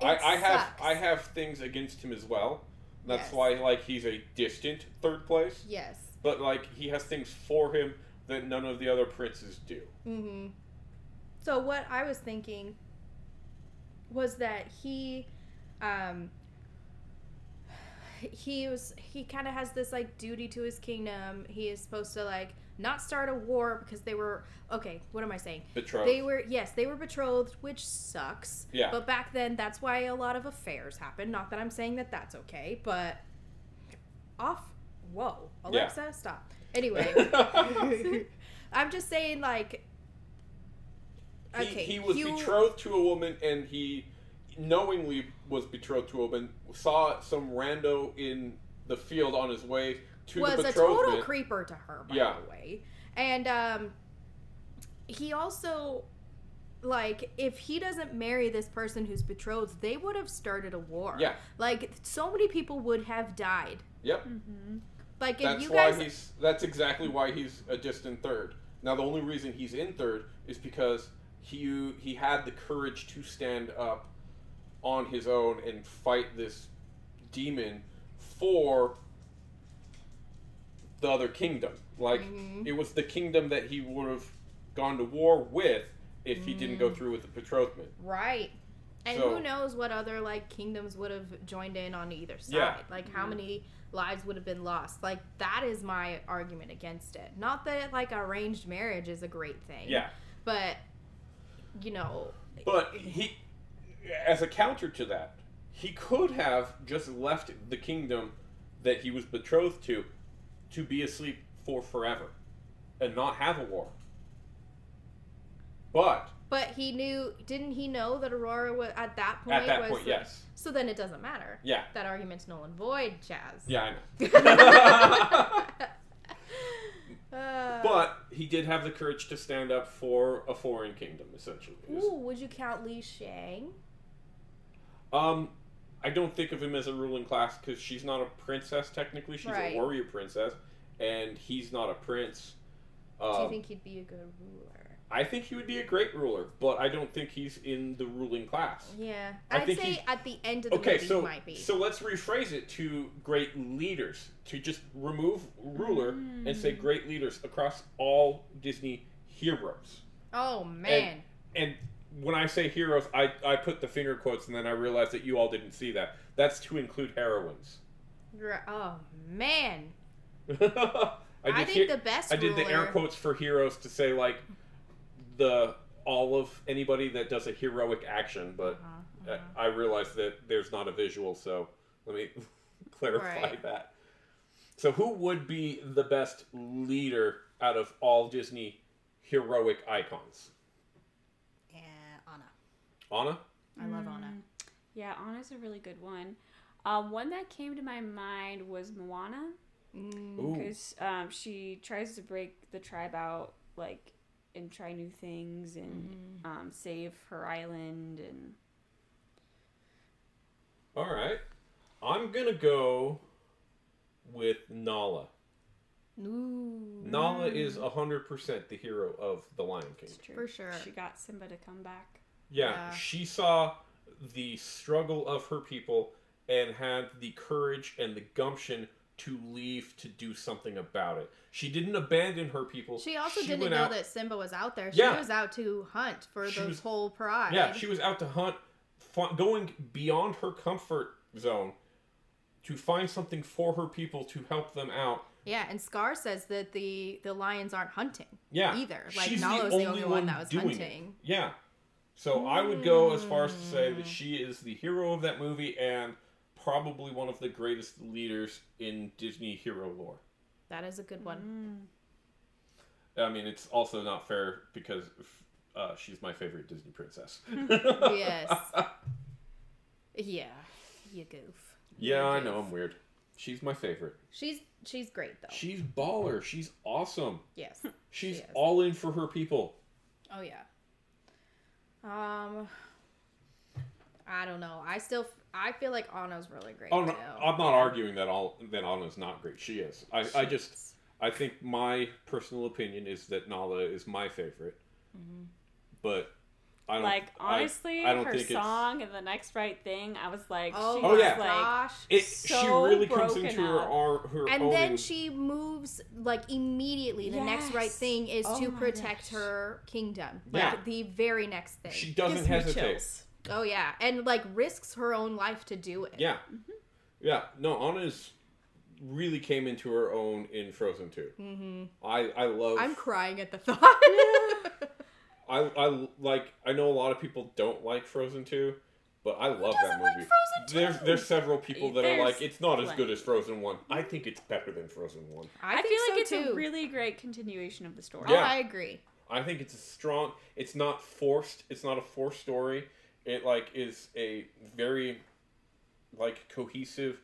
Speaker 1: I,
Speaker 2: it
Speaker 1: I have
Speaker 2: sucks.
Speaker 1: I have things against him as well. That's
Speaker 2: Yes.
Speaker 1: why like he's a distant third place,
Speaker 2: yes.
Speaker 1: but like he has things for him that none of the other princes do.
Speaker 2: Mm-hmm. So what I was thinking was that he, um, he was he kind of has this like duty to his kingdom. He is supposed to like not start a war because they were okay. What am I saying?
Speaker 1: Betrothed.
Speaker 2: They were yes, they were betrothed, which sucks.
Speaker 1: Yeah.
Speaker 2: But back then, that's why a lot of affairs happened. Not that I'm saying that that's okay, but off. Whoa, Alexa, stop. Anyway, I'm just saying like.
Speaker 1: he, he was betrothed to a woman and he knowingly was betrothed to a woman saw some rando in the field on his way to
Speaker 2: was
Speaker 1: the
Speaker 2: a total
Speaker 1: betrothment
Speaker 2: creeper to her, by
Speaker 1: Yeah.
Speaker 2: the way. And um, he also, like, if he doesn't marry this person who's betrothed, they would have started a war.
Speaker 1: yeah
Speaker 2: Like, so many people would have died.
Speaker 1: yep
Speaker 3: Mm-hmm.
Speaker 2: Like, if
Speaker 1: that's
Speaker 2: you
Speaker 1: why
Speaker 2: guys.
Speaker 1: he's that's exactly why he's a distant third now the only reason he's in third is because he he had the courage to stand up on his own and fight this demon for the other kingdom like
Speaker 2: Mhm.
Speaker 1: It was the kingdom that he would have gone to war with if he didn't
Speaker 2: Mm-hmm.
Speaker 1: go through with the betrothment.
Speaker 2: Right. And
Speaker 1: So-
Speaker 2: who knows what other like kingdoms would have joined in on either side?
Speaker 1: Yeah.
Speaker 2: Like how
Speaker 3: Mhm.
Speaker 2: many lives would have been lost? Like that is my argument against it. Not that like arranged marriage is a great thing.
Speaker 1: Yeah.
Speaker 2: But you know,
Speaker 1: But he, as a counter to that, he could have just left the kingdom that he was betrothed to to be asleep for forever and not have a war. But
Speaker 2: but he knew didn't he know that Aurora was at that point
Speaker 1: at that
Speaker 2: was
Speaker 1: point, yes.
Speaker 2: so then it doesn't matter.
Speaker 1: Yeah.
Speaker 2: That argument's null and void, Chaz.
Speaker 1: Yeah, I know.
Speaker 2: Uh,
Speaker 1: But he did have the courage to stand up for a foreign kingdom, essentially. is-
Speaker 2: Ooh, would you count Li Shang?
Speaker 1: Um, I don't think of him as a ruling class because she's not a princess technically. She's
Speaker 2: Right.
Speaker 1: a warrior princess, and he's not a prince. Um,
Speaker 2: Do you think he'd be a good ruler?
Speaker 1: I think he would be a great ruler, but I don't think he's in the ruling class.
Speaker 2: Yeah,
Speaker 1: I
Speaker 2: I'd
Speaker 1: think
Speaker 2: say
Speaker 1: he's-
Speaker 2: at the end of the
Speaker 1: Okay,
Speaker 2: movie
Speaker 1: so
Speaker 2: might be.
Speaker 1: so let's rephrase it to great leaders to just remove ruler and say
Speaker 2: Mm.
Speaker 1: great leaders across all Disney heroes.
Speaker 2: oh man,
Speaker 1: And when I say heroes, I I put the finger quotes, and then I realized that you all didn't see that. That's to include heroines.
Speaker 2: You're- oh man.
Speaker 1: I, did
Speaker 2: I,
Speaker 1: hear-
Speaker 2: think the best.
Speaker 1: I did the air
Speaker 2: ruler-
Speaker 1: quotes for heroes to say like the all of anybody that does a heroic action, but
Speaker 2: Uh-huh,
Speaker 1: I-
Speaker 2: uh-huh.
Speaker 1: I realized that there's not a visual, so let me clarify
Speaker 2: Right.
Speaker 1: that. So who would be the best leader out of all Disney heroic icons?
Speaker 2: Yeah, Anna.
Speaker 1: Anna?
Speaker 2: I love Anna.
Speaker 3: Yeah, Anna's a really good one. Um, one that came to my mind was Moana
Speaker 2: Mm,
Speaker 1: Ooh.
Speaker 3: because um, she tries to break the tribe out, like, and try new things and
Speaker 2: Mm-hmm.
Speaker 3: um, save her island. And
Speaker 1: All right. I'm going to go with Nala.
Speaker 2: Mm. Ooh,
Speaker 1: Nala is
Speaker 2: Mm.
Speaker 1: 100% the hero of The Lion King.
Speaker 3: it's true.
Speaker 2: For sure.
Speaker 3: She got Simba to come back.
Speaker 1: Yeah,
Speaker 2: Yeah.
Speaker 1: she saw the struggle of her people and had the courage and the gumption to leave to do something about it. She didn't abandon her people.
Speaker 2: She also didn't
Speaker 1: went
Speaker 2: know
Speaker 1: out-
Speaker 2: that Simba was out there. She
Speaker 1: Yeah.
Speaker 2: was out to hunt for
Speaker 1: She
Speaker 2: the
Speaker 1: was-
Speaker 2: whole pride.
Speaker 1: Yeah, she was out to hunt, fu- going beyond her comfort zone to find something for her people to help them out.
Speaker 2: Yeah, and Scar says that the the lions aren't hunting
Speaker 1: Yeah.
Speaker 2: either. Like
Speaker 1: she's
Speaker 2: Nala was the only one that was
Speaker 1: doing it.
Speaker 2: hunting. Hmm.
Speaker 1: Yeah. So I would go as far as to say that she is the hero of that movie and probably one of the greatest leaders in Disney hero lore.
Speaker 2: That is a good one.
Speaker 1: I mean, it's also not fair because uh, she's my favorite Disney princess.
Speaker 2: Mm. yes. Yeah, you goof.
Speaker 1: Yeah, I
Speaker 2: Yes.
Speaker 1: know I'm weird. She's my favorite.
Speaker 2: She's she's great though.
Speaker 1: She's baller. She's awesome.
Speaker 2: yes.
Speaker 1: She's
Speaker 2: She is.
Speaker 1: all in for her people.
Speaker 2: Oh yeah. Um, I don't know. I still I feel like Anna's really great.
Speaker 1: Oh no,
Speaker 2: too.
Speaker 1: I'm not arguing that all that Anna's not great. She is. I, I just I think my personal opinion is that Nala is my favorite. But I don't
Speaker 3: like
Speaker 1: I-
Speaker 3: honestly,
Speaker 1: I don't
Speaker 3: her
Speaker 1: think it's-
Speaker 3: song and the next right thing, I was like,
Speaker 2: Oh,
Speaker 3: she
Speaker 1: Oh,
Speaker 3: was
Speaker 1: yeah.
Speaker 3: like,
Speaker 2: gosh.
Speaker 1: it, she
Speaker 3: so
Speaker 1: really comes
Speaker 3: broken
Speaker 1: into her
Speaker 3: up.
Speaker 1: ar- her
Speaker 2: and
Speaker 1: own
Speaker 2: then
Speaker 1: in-
Speaker 2: she moves like immediately. The next right
Speaker 3: Yes.
Speaker 2: thing is
Speaker 3: Oh
Speaker 2: to
Speaker 3: my
Speaker 2: protect
Speaker 3: gosh.
Speaker 2: her kingdom. Like
Speaker 1: Yeah.
Speaker 2: the very next thing.
Speaker 1: she
Speaker 3: gives
Speaker 1: doesn't
Speaker 3: me
Speaker 1: hesitate.
Speaker 3: chills.
Speaker 2: oh yeah, and like risks her own life to do it.
Speaker 1: Yeah. Yeah. No, Anna's really came into her own in Frozen 2. Mm-hmm. I I love
Speaker 2: Mm. I'm crying at the thought.
Speaker 1: I, I like I know a lot of people don't like Frozen 2, but I love that
Speaker 2: doesn't like
Speaker 1: movie.
Speaker 2: Frozen 2?
Speaker 1: There's there's several people that are
Speaker 3: There's
Speaker 1: like it's not as good
Speaker 3: plenty.
Speaker 1: as Frozen 1. I think it's better than Frozen 1.
Speaker 3: I,
Speaker 2: think
Speaker 3: feel like
Speaker 2: so,
Speaker 3: it's
Speaker 2: too.
Speaker 3: a really great continuation of the story.
Speaker 2: Oh,
Speaker 1: Yeah.
Speaker 2: I agree.
Speaker 1: I think it's a strong it's not forced, it's not a forced story. It like is a very like cohesive,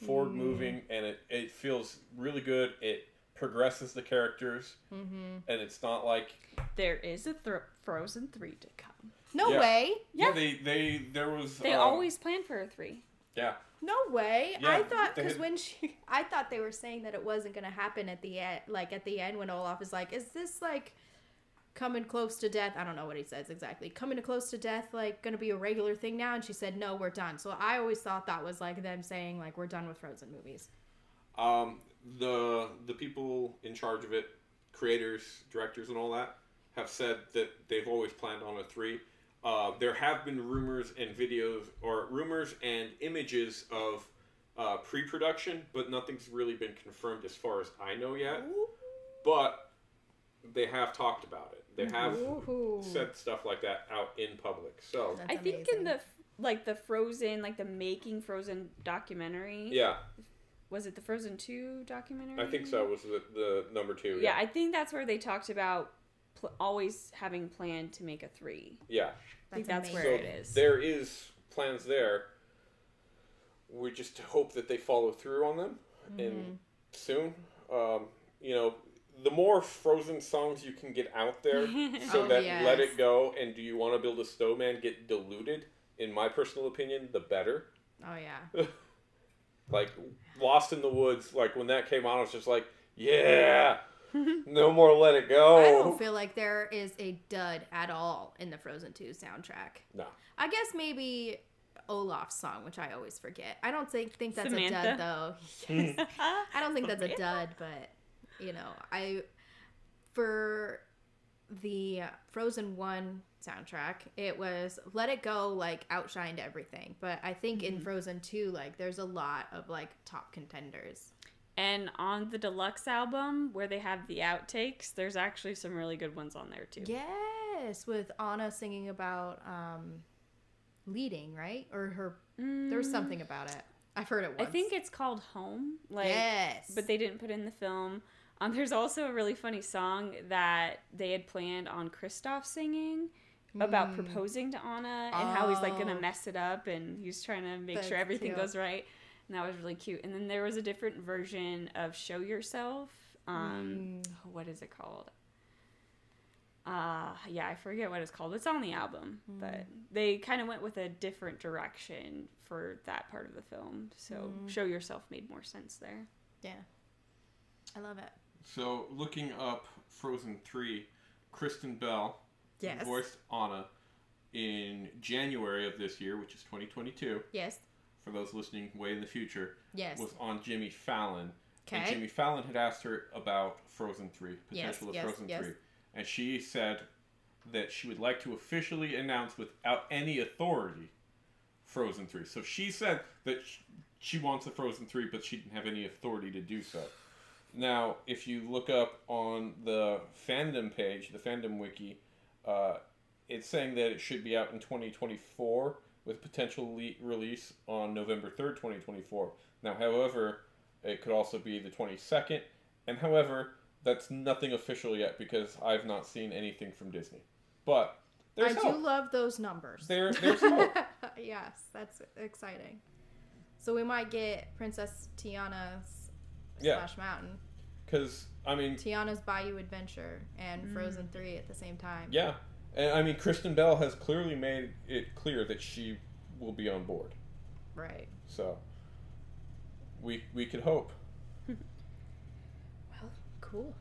Speaker 3: Mm.
Speaker 1: forward moving and it it feels really good. It progresses the characters
Speaker 3: Mm-hmm.
Speaker 1: and it's not like
Speaker 3: There is a thro Frozen three to come.
Speaker 2: No
Speaker 1: Yeah.
Speaker 2: way.
Speaker 1: yeah,
Speaker 3: Yeah.
Speaker 1: they they there was
Speaker 3: They
Speaker 1: um,
Speaker 3: always plan for a three.
Speaker 1: yeah
Speaker 2: No way!
Speaker 1: Yeah,
Speaker 2: I thought
Speaker 1: they
Speaker 2: because
Speaker 1: had-
Speaker 2: when she, I thought they were saying that it wasn't gonna happen at the end. Like at the end, when Olaf is like, "Is this like coming close to death?" I don't know what he says exactly. Coming to close to death, like gonna be a regular thing now. And she said, "No, we're done." So I always thought that was like them saying like we're done with Frozen movies.
Speaker 1: Um, the the people in charge of it, creators, directors, and all that, have said that they've always planned on a three. Uh, there have been rumors and videos, or rumors and images of uh, pre-production, but nothing's really been confirmed as far as I know yet. But they have talked about it. They have
Speaker 2: Ooh.
Speaker 1: said stuff like that out in public. So
Speaker 2: That's
Speaker 3: I think
Speaker 2: amazing.
Speaker 3: in the f- like the Frozen, like the making Frozen documentary.
Speaker 1: yeah,
Speaker 3: Was it the Frozen two documentary?
Speaker 1: I think so. Was the, the number two?
Speaker 3: Yeah, I think that's where they talked about pl- always having planned to make a three.
Speaker 1: yeah.
Speaker 3: I think that's
Speaker 2: amazing.
Speaker 3: where it is.
Speaker 1: There is plans there. We just hope that they follow through on them and soon. Um, you know, the more frozen songs you can get out there so
Speaker 2: Oh,
Speaker 1: that
Speaker 2: yes.
Speaker 1: Let It Go and Do You Want to Build a Snowman get diluted, in my personal opinion, the better.
Speaker 2: Oh yeah,
Speaker 1: Like Lost in the Woods, like when that came on, I was just like, yeah, no more Let It Go.
Speaker 2: I don't feel like there is a dud at all in the Frozen two soundtrack.
Speaker 1: no.
Speaker 2: I guess maybe Olaf's song, which I always forget. I don't think think that's a
Speaker 3: Samantha?
Speaker 2: dud though. Yes. I don't think that's a dud, but you know, I for the Frozen One soundtrack, it was Let It Go like outshined everything. But I think
Speaker 3: Mm-hmm.
Speaker 2: in Frozen Two, like there's a lot of like top contenders.
Speaker 3: And on the deluxe album where they have the outtakes, there's actually some really good ones on there too.
Speaker 2: Yes, with Anna singing about um leading, right? Or her
Speaker 3: Mm,
Speaker 2: there was something about it. I've heard it
Speaker 3: I
Speaker 2: once.
Speaker 3: think it's called Home. Like
Speaker 2: yes.
Speaker 3: but they didn't put it in the film. Um, there's also a really funny song that they had planned on Kristoff singing about proposing to Anna and how he's like gonna
Speaker 2: Hmm. Oh.
Speaker 3: mess it up and he's trying to make sure
Speaker 2: That's
Speaker 3: everything
Speaker 2: cute.
Speaker 3: goes right. And that was really cute. And then there was a different version of Show Yourself. Um,
Speaker 2: Mm.
Speaker 3: oh, what is it called? Uh, yeah, I forget what it's called. It's on the album,
Speaker 2: Mm.
Speaker 3: but they kind of went with a different direction for that part of the film. So
Speaker 2: Mm.
Speaker 3: Show Yourself made more sense there.
Speaker 2: Yeah. I love it.
Speaker 1: So looking up Frozen 3, Kristen Bell
Speaker 2: Yes.
Speaker 1: voiced Anna in January of this year, which is 2022,
Speaker 2: Yes.
Speaker 1: for those listening way in the future,
Speaker 2: Yes.
Speaker 1: was on Jimmy Fallon. And
Speaker 2: Okay.
Speaker 1: Jimmy Fallon had asked her about Frozen 3,
Speaker 2: Yes,
Speaker 1: potential of
Speaker 2: yes,
Speaker 1: Frozen
Speaker 2: yes.
Speaker 1: 3. And she said that she would like to officially announce without any authority Frozen 3. So she said that sh- she wants a Frozen 3, but she didn't have any authority to do so. Now, if you look up on the fandom page, the fandom wiki, uh, it's saying that it should be out in 2024 with potential le- release on November 3rd, 2024. Now, however, it could also be the 22nd, and however, that's nothing official yet because I've not seen anything from Disney. But
Speaker 2: I
Speaker 1: there's
Speaker 2: do
Speaker 1: hope.
Speaker 2: love those numbers.
Speaker 1: There- there's hope.
Speaker 2: yes, that's exciting. So we might get Princess Tiana's
Speaker 1: Yeah.
Speaker 2: Splash Mountain,
Speaker 1: Because, I mean,
Speaker 2: Tiana's Bayou Adventure, and Frozen Three at the same time.
Speaker 1: yeah. And I mean, Kristen Bell has clearly made it clear that she will be on board.
Speaker 2: Right.
Speaker 1: So we we could hope.
Speaker 2: Well, cool.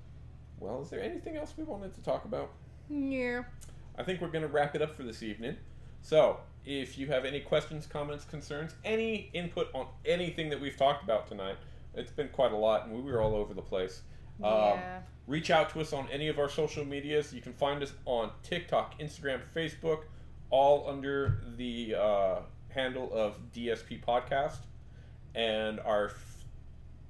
Speaker 1: Well, is there anything else we wanted to talk about?
Speaker 2: Yeah.
Speaker 1: I think we're going to wrap it up for this evening. So, if you have any questions, comments, concerns, any input on anything that we've talked about tonight, it's been quite a lot and we were all over the place. Um,
Speaker 2: yeah.
Speaker 1: reach out to us on any of our social medias. You can find us on TikTok, Instagram, Facebook, all under the uh, handle of DSP Podcast. And our f-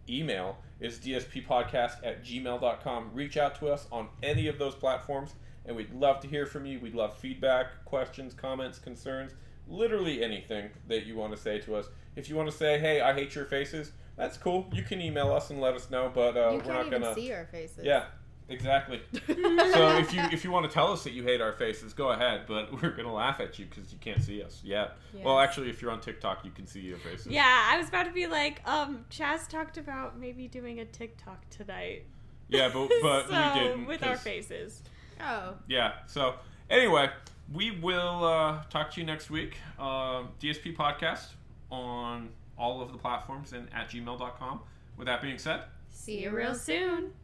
Speaker 1: email is dsppodcast at gmail.com. Reach out to us on any of those platforms, and we'd love to hear from you. We'd love feedback, questions, comments, concerns, literally anything that you want to say to us. If you want to say, hey, I hate your faces, that's cool. You can email us and let us know, but uh, we're
Speaker 2: you
Speaker 1: not
Speaker 2: can't
Speaker 1: going to.
Speaker 2: even see our faces.
Speaker 1: Yeah, exactly. so if you if you want to tell us that you hate our faces, go ahead. But we're gonna laugh at you because you can't see us. Yeah. Well,
Speaker 2: Yes.
Speaker 1: actually, if you're on TikTok, you can see your faces.
Speaker 3: Yeah, I was about to be like, um, Chaz talked about maybe doing a TikTok tonight.
Speaker 1: Yeah, but but
Speaker 3: so,
Speaker 1: we didn't
Speaker 3: with our
Speaker 1: 'cause-
Speaker 3: faces.
Speaker 2: Oh,
Speaker 1: Yeah. So anyway, we will uh, talk to you next week. Uh, DSP podcast on all of the platforms and at gmail.com. With that being said,
Speaker 2: see you real.
Speaker 3: soon.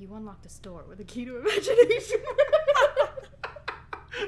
Speaker 2: You unlocked a store with a key to imagination.